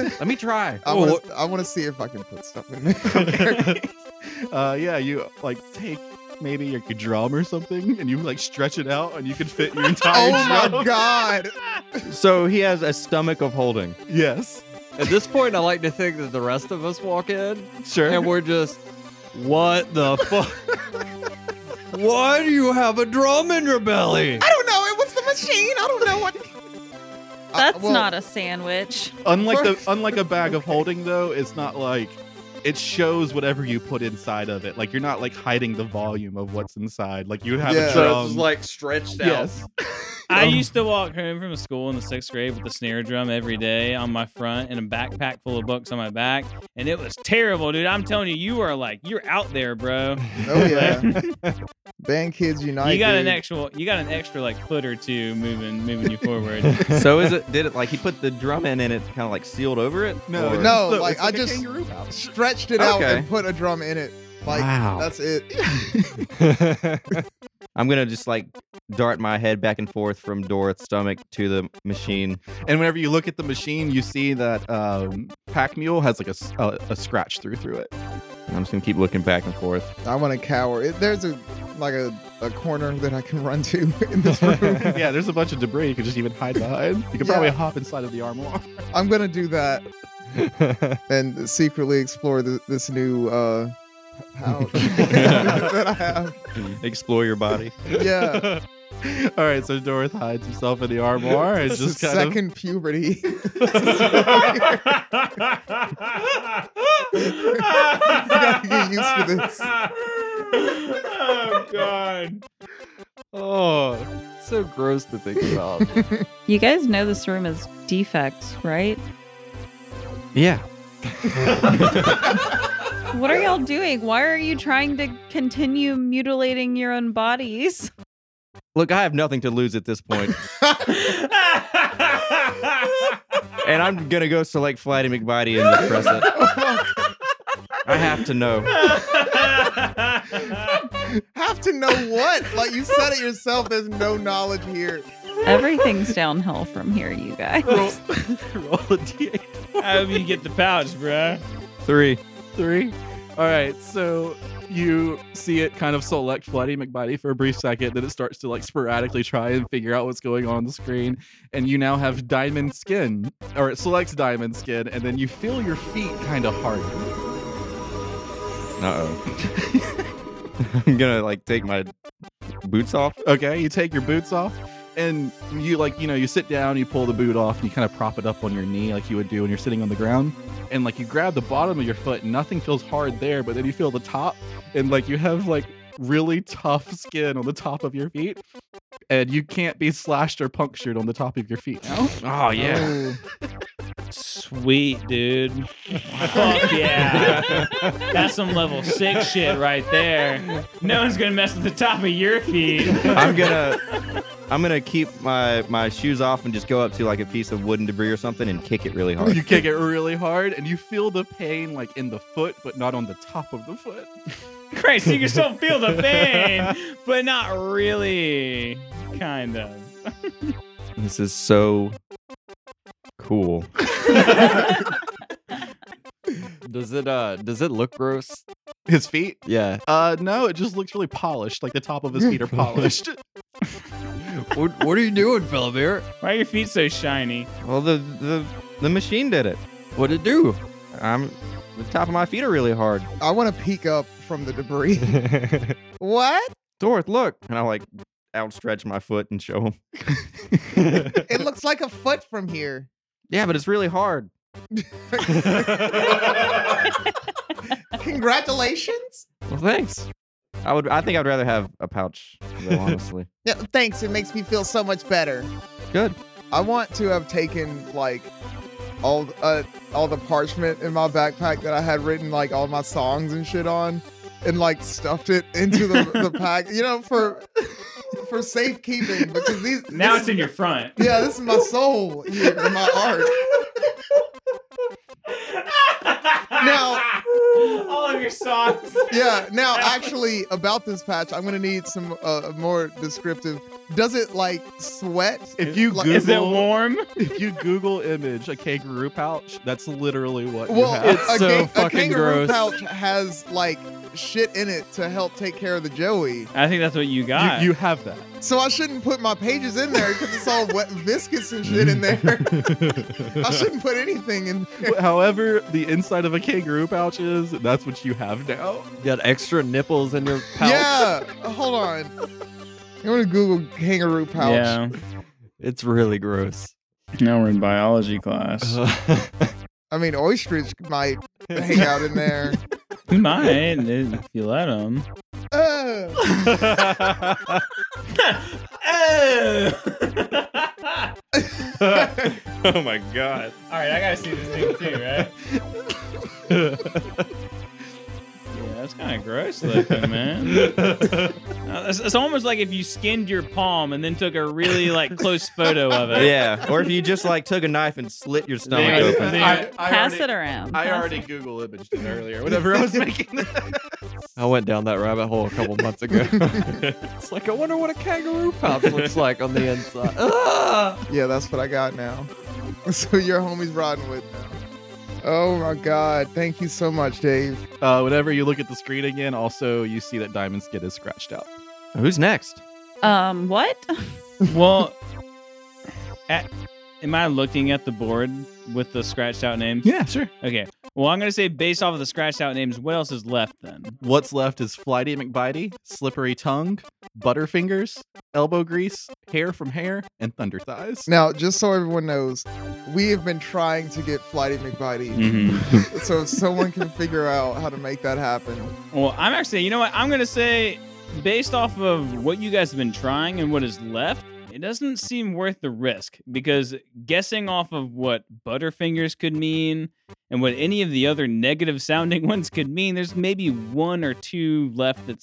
[SPEAKER 4] alone.
[SPEAKER 6] Let me try. Oh,
[SPEAKER 4] I want to. I want to see if I can put stuff
[SPEAKER 2] (laughs)
[SPEAKER 4] in there.
[SPEAKER 2] uh, yeah, you like take maybe like a drum or something, and you like stretch it out, and you can fit
[SPEAKER 4] (laughs)
[SPEAKER 2] your entire
[SPEAKER 4] oh my
[SPEAKER 2] drum.
[SPEAKER 4] god!
[SPEAKER 6] So he has a stomach of holding.
[SPEAKER 2] Yes,
[SPEAKER 3] At this point, I like to think that the rest of us walk in
[SPEAKER 2] sure.
[SPEAKER 3] and we're just, what
[SPEAKER 4] (laughs)
[SPEAKER 3] the fuck? Why do you have a drum in your belly?
[SPEAKER 4] I don't know. It was the machine. I don't know what. Uh,
[SPEAKER 8] That's
[SPEAKER 4] well,
[SPEAKER 8] not a sandwich.
[SPEAKER 2] unlike the unlike a bag of holding, though, it's not like it shows whatever you put inside of it. Like you're not like hiding the volume of what's inside. Like you have
[SPEAKER 4] Yeah.
[SPEAKER 2] a
[SPEAKER 4] So
[SPEAKER 2] drum.
[SPEAKER 3] like stretched
[SPEAKER 4] (laughs)
[SPEAKER 2] yes,
[SPEAKER 5] I used to walk home from school in the sixth grade with a snare drum every day on my front and a backpack full of books on my back, and it was terrible, dude. I'm telling you, you are like you're out there, bro. (laughs)
[SPEAKER 4] Oh yeah. (laughs)
[SPEAKER 2] (laughs)
[SPEAKER 4] Band kids unite.
[SPEAKER 5] you got
[SPEAKER 4] dude.
[SPEAKER 5] an actual, you got an extra like foot or two moving, moving you
[SPEAKER 4] (laughs)
[SPEAKER 5] forward.
[SPEAKER 6] so is it? Did it like he put the
[SPEAKER 5] (laughs)
[SPEAKER 6] drum in and it kind of like sealed over it? Or-
[SPEAKER 2] no, it's-
[SPEAKER 4] No,
[SPEAKER 2] look,
[SPEAKER 4] like,
[SPEAKER 2] it's
[SPEAKER 4] I
[SPEAKER 2] a
[SPEAKER 4] just-
[SPEAKER 2] kangaroo pouch.
[SPEAKER 4] Stretched it out
[SPEAKER 6] Okay.
[SPEAKER 4] and put a drum in it. Like
[SPEAKER 6] Wow.
[SPEAKER 4] that's
[SPEAKER 2] (laughs)
[SPEAKER 4] it. (laughs)
[SPEAKER 6] I'm gonna just like dart my head back and forth from Dorot's stomach to the machine.
[SPEAKER 2] And whenever you look at the machine, you see that um, pack mule has like a, s- a- a scratch through through it.
[SPEAKER 6] I'm just gonna keep looking back and forth.
[SPEAKER 4] I want to cower. It, there's a like a, a corner that I can run to (laughs) in this room.
[SPEAKER 2] (laughs) yeah, there's a bunch of debris you could just even hide behind. You could
[SPEAKER 4] Yeah.
[SPEAKER 2] probably hop inside of the armoire.
[SPEAKER 4] I'm gonna do that and secretly explore th- this new uh pouch (laughs) that
[SPEAKER 2] (laughs)
[SPEAKER 4] I have.
[SPEAKER 6] Explore your body.
[SPEAKER 4] Yeah,
[SPEAKER 2] All right, so Dorth hides himself in the armoire and
[SPEAKER 4] this is
[SPEAKER 2] just kind of (laughs)
[SPEAKER 4] second puberty. gotta get used
[SPEAKER 2] (laughs)
[SPEAKER 4] to this.
[SPEAKER 5] Oh god.
[SPEAKER 3] Oh, it's so gross to think about.
[SPEAKER 4] (laughs)
[SPEAKER 8] You guys know this room is defects, right?
[SPEAKER 6] Yeah.
[SPEAKER 8] What are y'all doing? Why are you trying to continue mutilating your own
[SPEAKER 4] (laughs)
[SPEAKER 8] bodies?
[SPEAKER 6] Look, I have nothing to lose at this point, and I'm gonna go select Flighty McBody and just press it. I have to know.
[SPEAKER 4] have to know what? Like you said it yourself. There's no knowledge here.
[SPEAKER 8] Everything's downhill from here, you guys.
[SPEAKER 5] (laughs) Roll a d8. However you get the pouch, bruh.
[SPEAKER 3] Three.
[SPEAKER 2] Three. All right, so you see it kind of select Bloody McBody for a brief second, then it starts to like sporadically try and figure out what's going on on the screen, and you now have diamond skin, or it selects diamond skin, and then you feel your feet kind of harden.
[SPEAKER 6] Uh oh. (laughs) I'm gonna like take my boots off.
[SPEAKER 2] Okay, you take your boots off, and you like you know you sit down, you pull the boot off, and you kind of prop it up on your knee like you would do when you're sitting on the ground, and like you grab the bottom of your foot, and nothing feels hard there, but then you feel the top, and like you have like really tough skin on the top of your feet, and you can't be slashed or punctured on the top of your feet now.
[SPEAKER 5] Oh yeah. Sweet dude.
[SPEAKER 3] (laughs)
[SPEAKER 5] Fuck yeah. That's some level six shit right there. No one's gonna mess with the top of your feet.
[SPEAKER 6] I'm gonna I'm gonna keep my my shoes off and just go up to like a piece of wooden debris or something and kick it really hard.
[SPEAKER 2] You kick it really hard, and you feel the pain like in the foot, but not on the top of the foot.
[SPEAKER 5] Christ, you can still feel the
[SPEAKER 2] (laughs)
[SPEAKER 5] pain, but not really. Kind of.
[SPEAKER 6] This is so cool.
[SPEAKER 3] Does it uh does it look gross?
[SPEAKER 2] His feet?
[SPEAKER 3] Yeah.
[SPEAKER 2] Uh, no, it just looks really polished. Like the top of his feet
[SPEAKER 3] (laughs)
[SPEAKER 2] are polished.
[SPEAKER 3] what, what are you doing, Philibert?
[SPEAKER 5] Why are your feet so shiny?
[SPEAKER 6] Well the the, the machine did it.
[SPEAKER 3] What would it do?
[SPEAKER 6] I'm the top of my feet are really hard.
[SPEAKER 4] I want to peek up from the
[SPEAKER 6] (laughs)
[SPEAKER 4] debris. what?
[SPEAKER 6] Dorth, look. And I like outstretch my foot and show him. (laughs)
[SPEAKER 4] It looks like a foot from here. (laughs)
[SPEAKER 6] Yeah, but it's really hard.
[SPEAKER 4] Congratulations.
[SPEAKER 6] Well, thanks. I would. I think I'd rather have a pouch, (laughs) though, honestly.
[SPEAKER 4] Yeah, thanks. It makes me feel so much better.
[SPEAKER 6] Good.
[SPEAKER 4] I want to have taken like all uh, all the parchment in my backpack that I had written like all my songs and shit on, and like stuffed it into the,
[SPEAKER 5] (laughs)
[SPEAKER 4] the pack. You know, for for safekeeping because
[SPEAKER 5] (laughs)
[SPEAKER 4] these
[SPEAKER 5] Now
[SPEAKER 4] this-
[SPEAKER 5] it's in your front.
[SPEAKER 4] yeah, this is my soul here
[SPEAKER 5] (laughs)
[SPEAKER 4] in my art. Now-
[SPEAKER 5] all of your socks.
[SPEAKER 4] Yeah.
[SPEAKER 5] (laughs)
[SPEAKER 4] Now, actually, about this patch, I'm gonna need some uh, more descriptive. Does it like sweat?
[SPEAKER 2] If you
[SPEAKER 4] Like-
[SPEAKER 2] Google,
[SPEAKER 5] Is it warm?
[SPEAKER 2] if you Google image a kangaroo pouch, that's literally what you
[SPEAKER 4] Well,
[SPEAKER 2] have.
[SPEAKER 4] a,
[SPEAKER 3] so
[SPEAKER 4] kang- a
[SPEAKER 3] fucking
[SPEAKER 4] kangaroo
[SPEAKER 3] gross. (laughs)
[SPEAKER 4] pouch has like shit in it to help take care of the joey.
[SPEAKER 5] I think that's what you got.
[SPEAKER 2] you, you have that.
[SPEAKER 4] So I shouldn't put my pages in there because it's all
[SPEAKER 3] (laughs)
[SPEAKER 4] wet, viscous and shit in there. I shouldn't put anything in. there.
[SPEAKER 2] However, the inside of a kangaroo pouch is that's what you have now.
[SPEAKER 3] got extra nipples in your pouch.
[SPEAKER 4] Yeah. Hold on. I'm gonna Google kangaroo pouch.
[SPEAKER 5] Yeah.
[SPEAKER 3] (laughs) It's really gross.
[SPEAKER 5] (laughs) Now we're in biology class.
[SPEAKER 3] (laughs) Uh,
[SPEAKER 4] I mean, ostrich might hang out
[SPEAKER 3] (laughs)
[SPEAKER 4] in there.
[SPEAKER 5] We might if you let them.
[SPEAKER 4] Uh,
[SPEAKER 6] (laughs) oh my god.
[SPEAKER 5] All right, I gotta see this thing too,
[SPEAKER 6] (laughs)
[SPEAKER 5] right? yeah, that's kind of gross looking, man. Uh, it's, it's almost like if you skinned your palm and then took a really like close photo of it.
[SPEAKER 6] Yeah. Or if you just like took a knife and slit your stomach
[SPEAKER 5] Yeah.
[SPEAKER 6] open.
[SPEAKER 5] I-
[SPEAKER 8] Pass it around. Pass it.
[SPEAKER 2] Google imaged it earlier. Whenever I (laughs) was making this,
[SPEAKER 3] I went down that rabbit hole a couple months
[SPEAKER 4] (laughs)
[SPEAKER 3] ago. it's like I wonder what a kangaroo pouch looks like on the inside. Ah!
[SPEAKER 4] yeah, that's what I got now. (laughs) So your homie's riding with now. Oh my god! Thank you so much, Dave.
[SPEAKER 2] uh, whenever you look at the screen again, also you see that Diamond Skid is scratched out.
[SPEAKER 6] Who's next?
[SPEAKER 8] Um, what?
[SPEAKER 5] Well, at, am I looking at the board with the scratched out names?
[SPEAKER 2] Yeah, sure.
[SPEAKER 5] Okay. Well, I'm gonna say based off of the scratched out names, what else is left then?
[SPEAKER 2] What's left is Flighty McBitey, Slippery Tongue, Butterfingers, Elbow Grease, Hair from Hair, and Thunder Thighs.
[SPEAKER 4] (laughs) Now, just so everyone knows, we have been trying to get Flighty McBitey.
[SPEAKER 6] Mm-hmm.
[SPEAKER 4] so if someone can figure out how to make that happen,
[SPEAKER 5] Well, I'm actually, you know what? I'm going to say, based off of what you guys have been trying and what is left, it doesn't seem worth the risk because guessing off of what Butterfingers could mean and what any of the other negative sounding (laughs) ones could mean, there's maybe one or two left that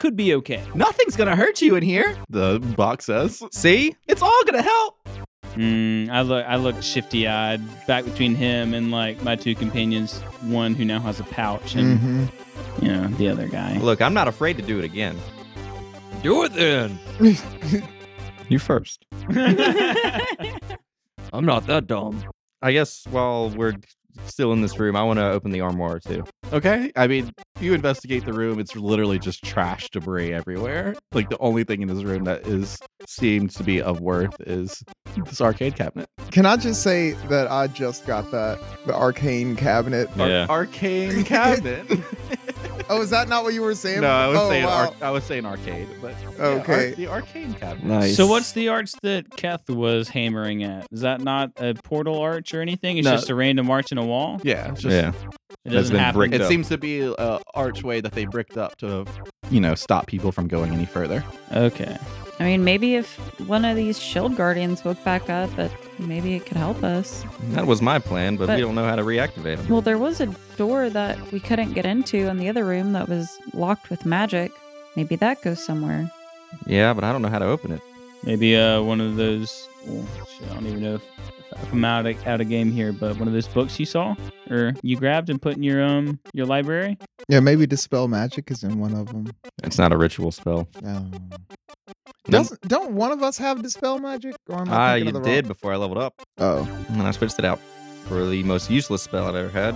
[SPEAKER 5] could be okay.
[SPEAKER 12] Nothing's gonna hurt you in here.
[SPEAKER 2] The box says.
[SPEAKER 6] See?
[SPEAKER 12] It's all gonna help.
[SPEAKER 5] Mm, I look, I look shifty eyed back between him and like my two companions, one who now has a pouch and you know the other guy.
[SPEAKER 6] Mm-hmm. Look, I'm not afraid to do it again.
[SPEAKER 3] Do it then.
[SPEAKER 6] (laughs) You first. (laughs) I'm not that dumb. I guess while we're still in this room, I want to open the armoire too.
[SPEAKER 2] Okay. I mean, you investigate the room, it's literally just trash debris everywhere. Like the only thing in this room that is seems to be of worth is this arcade cabinet.
[SPEAKER 4] Can I just say that I just got that the arcane cabinet?
[SPEAKER 2] Yeah. Arcane cabinet.
[SPEAKER 4] (laughs) oh, is that not what you were saying?
[SPEAKER 2] No, I was
[SPEAKER 4] oh,
[SPEAKER 2] saying
[SPEAKER 4] wow.
[SPEAKER 2] arc- I was saying arcade, but yeah,
[SPEAKER 4] Okay.
[SPEAKER 2] arc- the arcane cabinet.
[SPEAKER 5] So what's the arch that Keth was hammering at? Is that not a portal arch or anything? It's
[SPEAKER 2] No.
[SPEAKER 5] just a random arch in a wall.
[SPEAKER 2] Yeah, it's just-
[SPEAKER 6] Yeah.
[SPEAKER 5] It
[SPEAKER 6] That's
[SPEAKER 5] doesn't
[SPEAKER 6] been
[SPEAKER 5] happen.
[SPEAKER 6] bricked
[SPEAKER 2] It
[SPEAKER 6] up.
[SPEAKER 2] seems to be uh, an archway that they bricked up to, you know, stop people from going any further.
[SPEAKER 5] Okay.
[SPEAKER 8] I mean, maybe if one of these shield guardians woke back up, but maybe it could help us.
[SPEAKER 6] That was my plan, but,
[SPEAKER 8] But-
[SPEAKER 6] we don't know how to reactivate them.
[SPEAKER 8] Well, there was a door that we couldn't get into in the other room that was locked with magic. Maybe that goes somewhere.
[SPEAKER 6] Yeah, but I don't know how to open it.
[SPEAKER 5] Maybe uh, one of those. oh, shit, I don't even know if, if I'm out of, out of game here, but one of those books you saw or you grabbed and put in your um your library.
[SPEAKER 4] Yeah, maybe dispel magic is in one of them.
[SPEAKER 6] It's not a ritual spell.
[SPEAKER 4] Um, doesn't don't one of us have dispel magic? Or am
[SPEAKER 6] Ah, you
[SPEAKER 4] I thinking of the wrong-
[SPEAKER 6] did before I leveled up.
[SPEAKER 4] Oh.
[SPEAKER 6] And then I switched it out for the most useless spell I've ever had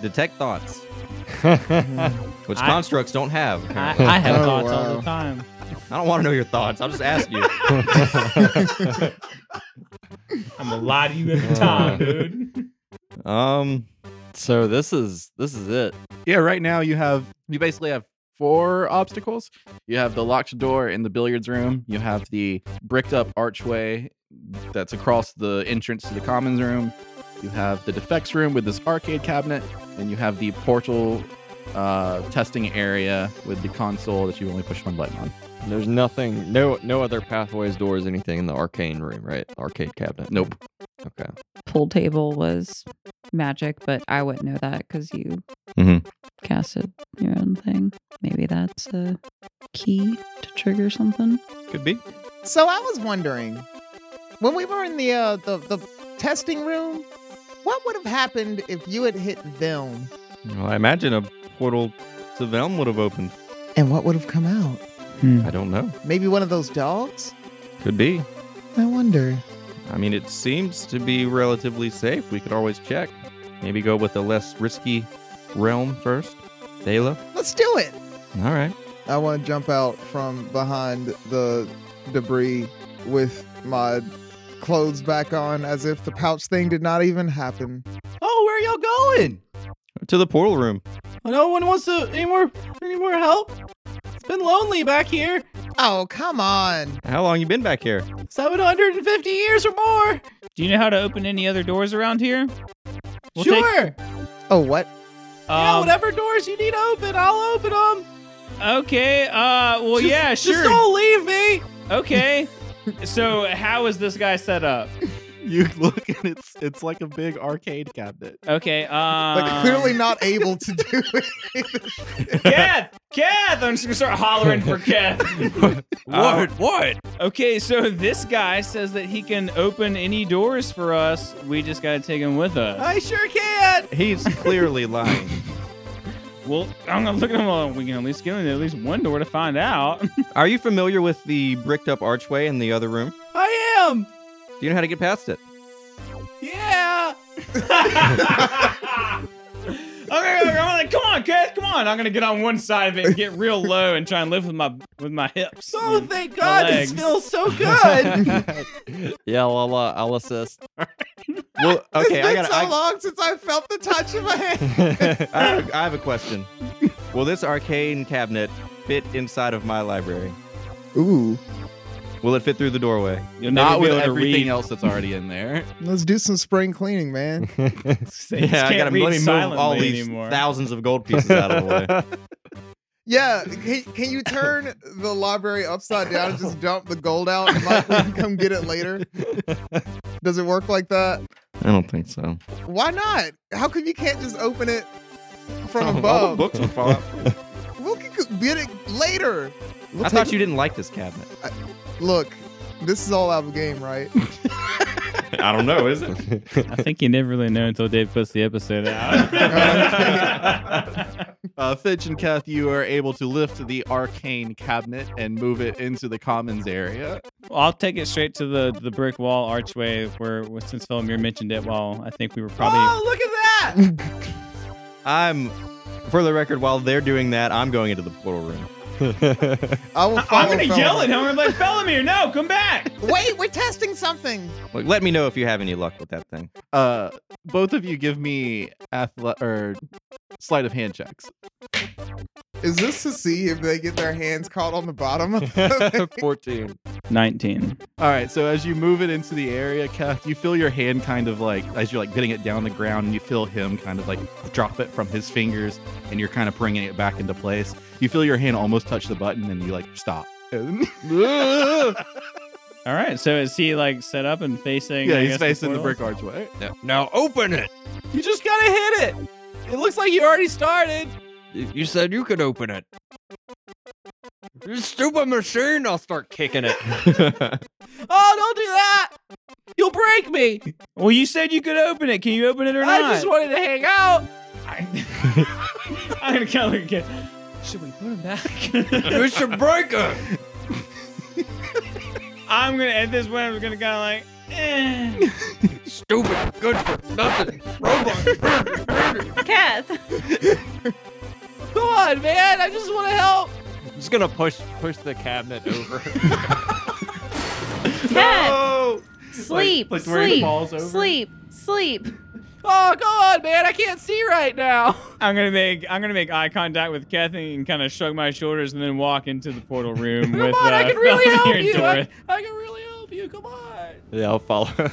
[SPEAKER 6] Detect
[SPEAKER 4] (laughs)
[SPEAKER 6] Thoughts, which
[SPEAKER 5] I-
[SPEAKER 6] constructs don't have.
[SPEAKER 5] I,
[SPEAKER 6] apparently.
[SPEAKER 5] I have
[SPEAKER 4] Oh,
[SPEAKER 5] thoughts all
[SPEAKER 4] wow.
[SPEAKER 5] the time.
[SPEAKER 6] I don't want to know your thoughts. I'll just ask
[SPEAKER 4] (laughs)
[SPEAKER 6] you.
[SPEAKER 5] I'm gonna lie to you every
[SPEAKER 6] (laughs)
[SPEAKER 5] time, dude.
[SPEAKER 6] um,
[SPEAKER 3] So this is this is it.
[SPEAKER 2] Yeah, right now you have you basically have four obstacles. You have the locked door in the billiards room. You have the bricked up archway that's across the entrance to the commons room. You have the defects room with this arcade cabinet, and you have the portal uh, testing area with the console that you only push one button on.
[SPEAKER 3] There's nothing, no no other pathways, doors, anything in the arcane room, right? Arcade cabinet.
[SPEAKER 2] Nope.
[SPEAKER 3] (laughs) Okay.
[SPEAKER 8] Pool table was magic, but I wouldn't know that because you
[SPEAKER 6] Mhm.
[SPEAKER 8] casted your own thing. Maybe that's a key to trigger something.
[SPEAKER 6] could be.
[SPEAKER 4] So I was wondering, when we were in the uh, the the testing room, what would have happened if you had hit Vilm,
[SPEAKER 6] Well, I imagine a portal to Velm would have opened.
[SPEAKER 4] and what would have come out?
[SPEAKER 5] Hmm.
[SPEAKER 6] I don't know.
[SPEAKER 4] Maybe one of those dogs.
[SPEAKER 6] Could be.
[SPEAKER 4] I wonder.
[SPEAKER 6] I mean, it seems to be relatively safe. We could always check. Maybe go with a less risky realm first. Dela.
[SPEAKER 4] Let's do it.
[SPEAKER 6] All right.
[SPEAKER 4] I want to jump out from behind the debris with my clothes back on, as if the pouch thing did not even happen.
[SPEAKER 12] Oh, where y'all going?
[SPEAKER 6] To the portal room.
[SPEAKER 12] No one wants to any more any more help. It's been lonely back here.
[SPEAKER 4] Oh come on!
[SPEAKER 6] How long you been back here?
[SPEAKER 12] 750 years or more.
[SPEAKER 5] Do you know how to open any other doors around here? We'll take-
[SPEAKER 12] sure.
[SPEAKER 4] Oh what?
[SPEAKER 12] yeah,
[SPEAKER 5] um,
[SPEAKER 12] whatever doors you need open, I'll open them.
[SPEAKER 5] okay. Uh. Well,
[SPEAKER 12] Just-
[SPEAKER 5] yeah. Sure.
[SPEAKER 12] Just don't leave me. (laughs)
[SPEAKER 5] Okay. so how is this guy set up?
[SPEAKER 2] You look and it's it's like a big arcade cabinet.
[SPEAKER 5] Okay. Um,
[SPEAKER 4] Like clearly not able to do it.
[SPEAKER 5] Keth, Keth. I'm just gonna start hollering for
[SPEAKER 2] (laughs)
[SPEAKER 5] Keth.
[SPEAKER 12] What? what?
[SPEAKER 5] okay, so this guy says that he can open any doors for us. We just gotta take him with us.
[SPEAKER 12] I sure can.
[SPEAKER 6] He's clearly lying.
[SPEAKER 5] Well, I'm gonna look at him. Well, we can at least get him at least one door to find out. (laughs)
[SPEAKER 6] Are you familiar with the bricked up archway in the other room?
[SPEAKER 12] I am.
[SPEAKER 6] Do you know how to get
[SPEAKER 5] (laughs)
[SPEAKER 6] past it?
[SPEAKER 12] (laughs)
[SPEAKER 4] (laughs)
[SPEAKER 12] Yeah. (laughs)
[SPEAKER 5] Okay, okay, I'm like, come on, Keth, come on. I'm gonna get on one side of it and get real low and try and lift with my with my hips.
[SPEAKER 12] Oh, thank God! It
[SPEAKER 5] legs.
[SPEAKER 12] smells so good.
[SPEAKER 3] yeah, I'll uh, I'll assist.
[SPEAKER 6] Well, okay,
[SPEAKER 4] it's been
[SPEAKER 6] I got.
[SPEAKER 4] so long since I felt the touch of a hand.
[SPEAKER 6] I, have- I have a question. Will this arcane cabinet fit inside of my library?
[SPEAKER 4] Ooh,
[SPEAKER 6] Will it fit through the doorway?
[SPEAKER 5] You'll never be
[SPEAKER 2] Not with
[SPEAKER 5] able to
[SPEAKER 2] everything
[SPEAKER 5] read.
[SPEAKER 2] else that's already in there.
[SPEAKER 4] let's do some spring cleaning,
[SPEAKER 6] (laughs)
[SPEAKER 4] man.
[SPEAKER 5] You just
[SPEAKER 6] yeah, I
[SPEAKER 5] can't
[SPEAKER 6] gotta
[SPEAKER 5] read
[SPEAKER 6] let me move
[SPEAKER 5] silently
[SPEAKER 6] all these
[SPEAKER 5] anymore.
[SPEAKER 6] thousands of gold pieces out of the way.
[SPEAKER 4] Yeah, can, can you turn the library upside down and just dump the gold out and like we can come get it later? Does it work like that?
[SPEAKER 6] I don't think so.
[SPEAKER 4] Why not? How come you can't just open it from
[SPEAKER 6] Oh, All the
[SPEAKER 4] above?
[SPEAKER 6] books would fall (laughs) out.
[SPEAKER 4] We'll get get it later. We'll
[SPEAKER 6] I
[SPEAKER 4] take-
[SPEAKER 6] thought you didn't like this cabinet.
[SPEAKER 4] Look, this is all out of game, right?
[SPEAKER 6] I don't know, is it?
[SPEAKER 12] (laughs)
[SPEAKER 5] I think you never really know until Dave puts the episode out.
[SPEAKER 2] Uh, Fitch and Keth, you are able to lift the arcane cabinet and move it into the commons area.
[SPEAKER 5] I'll take it straight to the, the brick wall archway where, since Philomir mentioned it, while I think we were probably.
[SPEAKER 12] Oh, look at that!
[SPEAKER 6] I'm, for the record, while they're doing that, I'm going into the portal room.
[SPEAKER 4] I will
[SPEAKER 5] (laughs) I'm
[SPEAKER 4] follow
[SPEAKER 5] gonna
[SPEAKER 4] Felomir.
[SPEAKER 5] yell at him. I'm like,
[SPEAKER 12] (laughs)
[SPEAKER 5] Felomir, no, come back.
[SPEAKER 4] Wait, we're testing something.
[SPEAKER 6] Look, let me know if you have any luck with that thing.
[SPEAKER 2] Uh, both of you give me athle- or sleight of hand checks.
[SPEAKER 4] Is this to see if they get their hands caught on the bottom?
[SPEAKER 3] 14.
[SPEAKER 5] 19.
[SPEAKER 2] All right, so as you move it into the area, Keth, you feel your hand kind of like, as you're like getting it down the ground, and you feel him kind of like drop it from his fingers, and you're kind of bringing it back into place. You feel your hand almost touch the button, and you like stop. yeah,
[SPEAKER 5] All right, so is he like set up and facing? I
[SPEAKER 2] he's
[SPEAKER 5] guess,
[SPEAKER 2] facing the
[SPEAKER 5] portal?
[SPEAKER 2] brick archway.
[SPEAKER 3] Now open it.
[SPEAKER 12] You just gotta hit it. It looks like you already started.
[SPEAKER 3] You you said you could open it. You stupid machine! I'll start kicking it.
[SPEAKER 12] Oh, don't do that. You'll break me.
[SPEAKER 5] Well, you said you could open it. Can you open it or
[SPEAKER 12] I
[SPEAKER 5] not?
[SPEAKER 12] just wanted to hang out.
[SPEAKER 5] I'm gonna count it again. Should we put him back?
[SPEAKER 3] you should break it.
[SPEAKER 5] I'm gonna at this point. I'm gonna kind of like. Eh.
[SPEAKER 3] Stupid, good for nothing, robot.
[SPEAKER 8] Kath.
[SPEAKER 12] Come on, man. I just want to help.
[SPEAKER 3] I'm just gonna push push the cabinet over.
[SPEAKER 8] Kath.
[SPEAKER 12] Oh.
[SPEAKER 8] Sleep.
[SPEAKER 2] like where it
[SPEAKER 8] sleep.
[SPEAKER 2] falls over?
[SPEAKER 8] Sleep. Sleep.
[SPEAKER 12] Oh, come on, man. I can't see right now.
[SPEAKER 5] I'm gonna make I'm gonna make eye contact with Kathy and kind of shrug my shoulders and then walk into the portal room
[SPEAKER 12] Come
[SPEAKER 5] with
[SPEAKER 12] on.
[SPEAKER 5] uh, (laughs)
[SPEAKER 12] I can really
[SPEAKER 5] Felomir
[SPEAKER 12] help
[SPEAKER 5] and
[SPEAKER 12] you.
[SPEAKER 5] Dora.
[SPEAKER 12] I, I can really help you. Come on.
[SPEAKER 3] (laughs) yeah, I'll follow.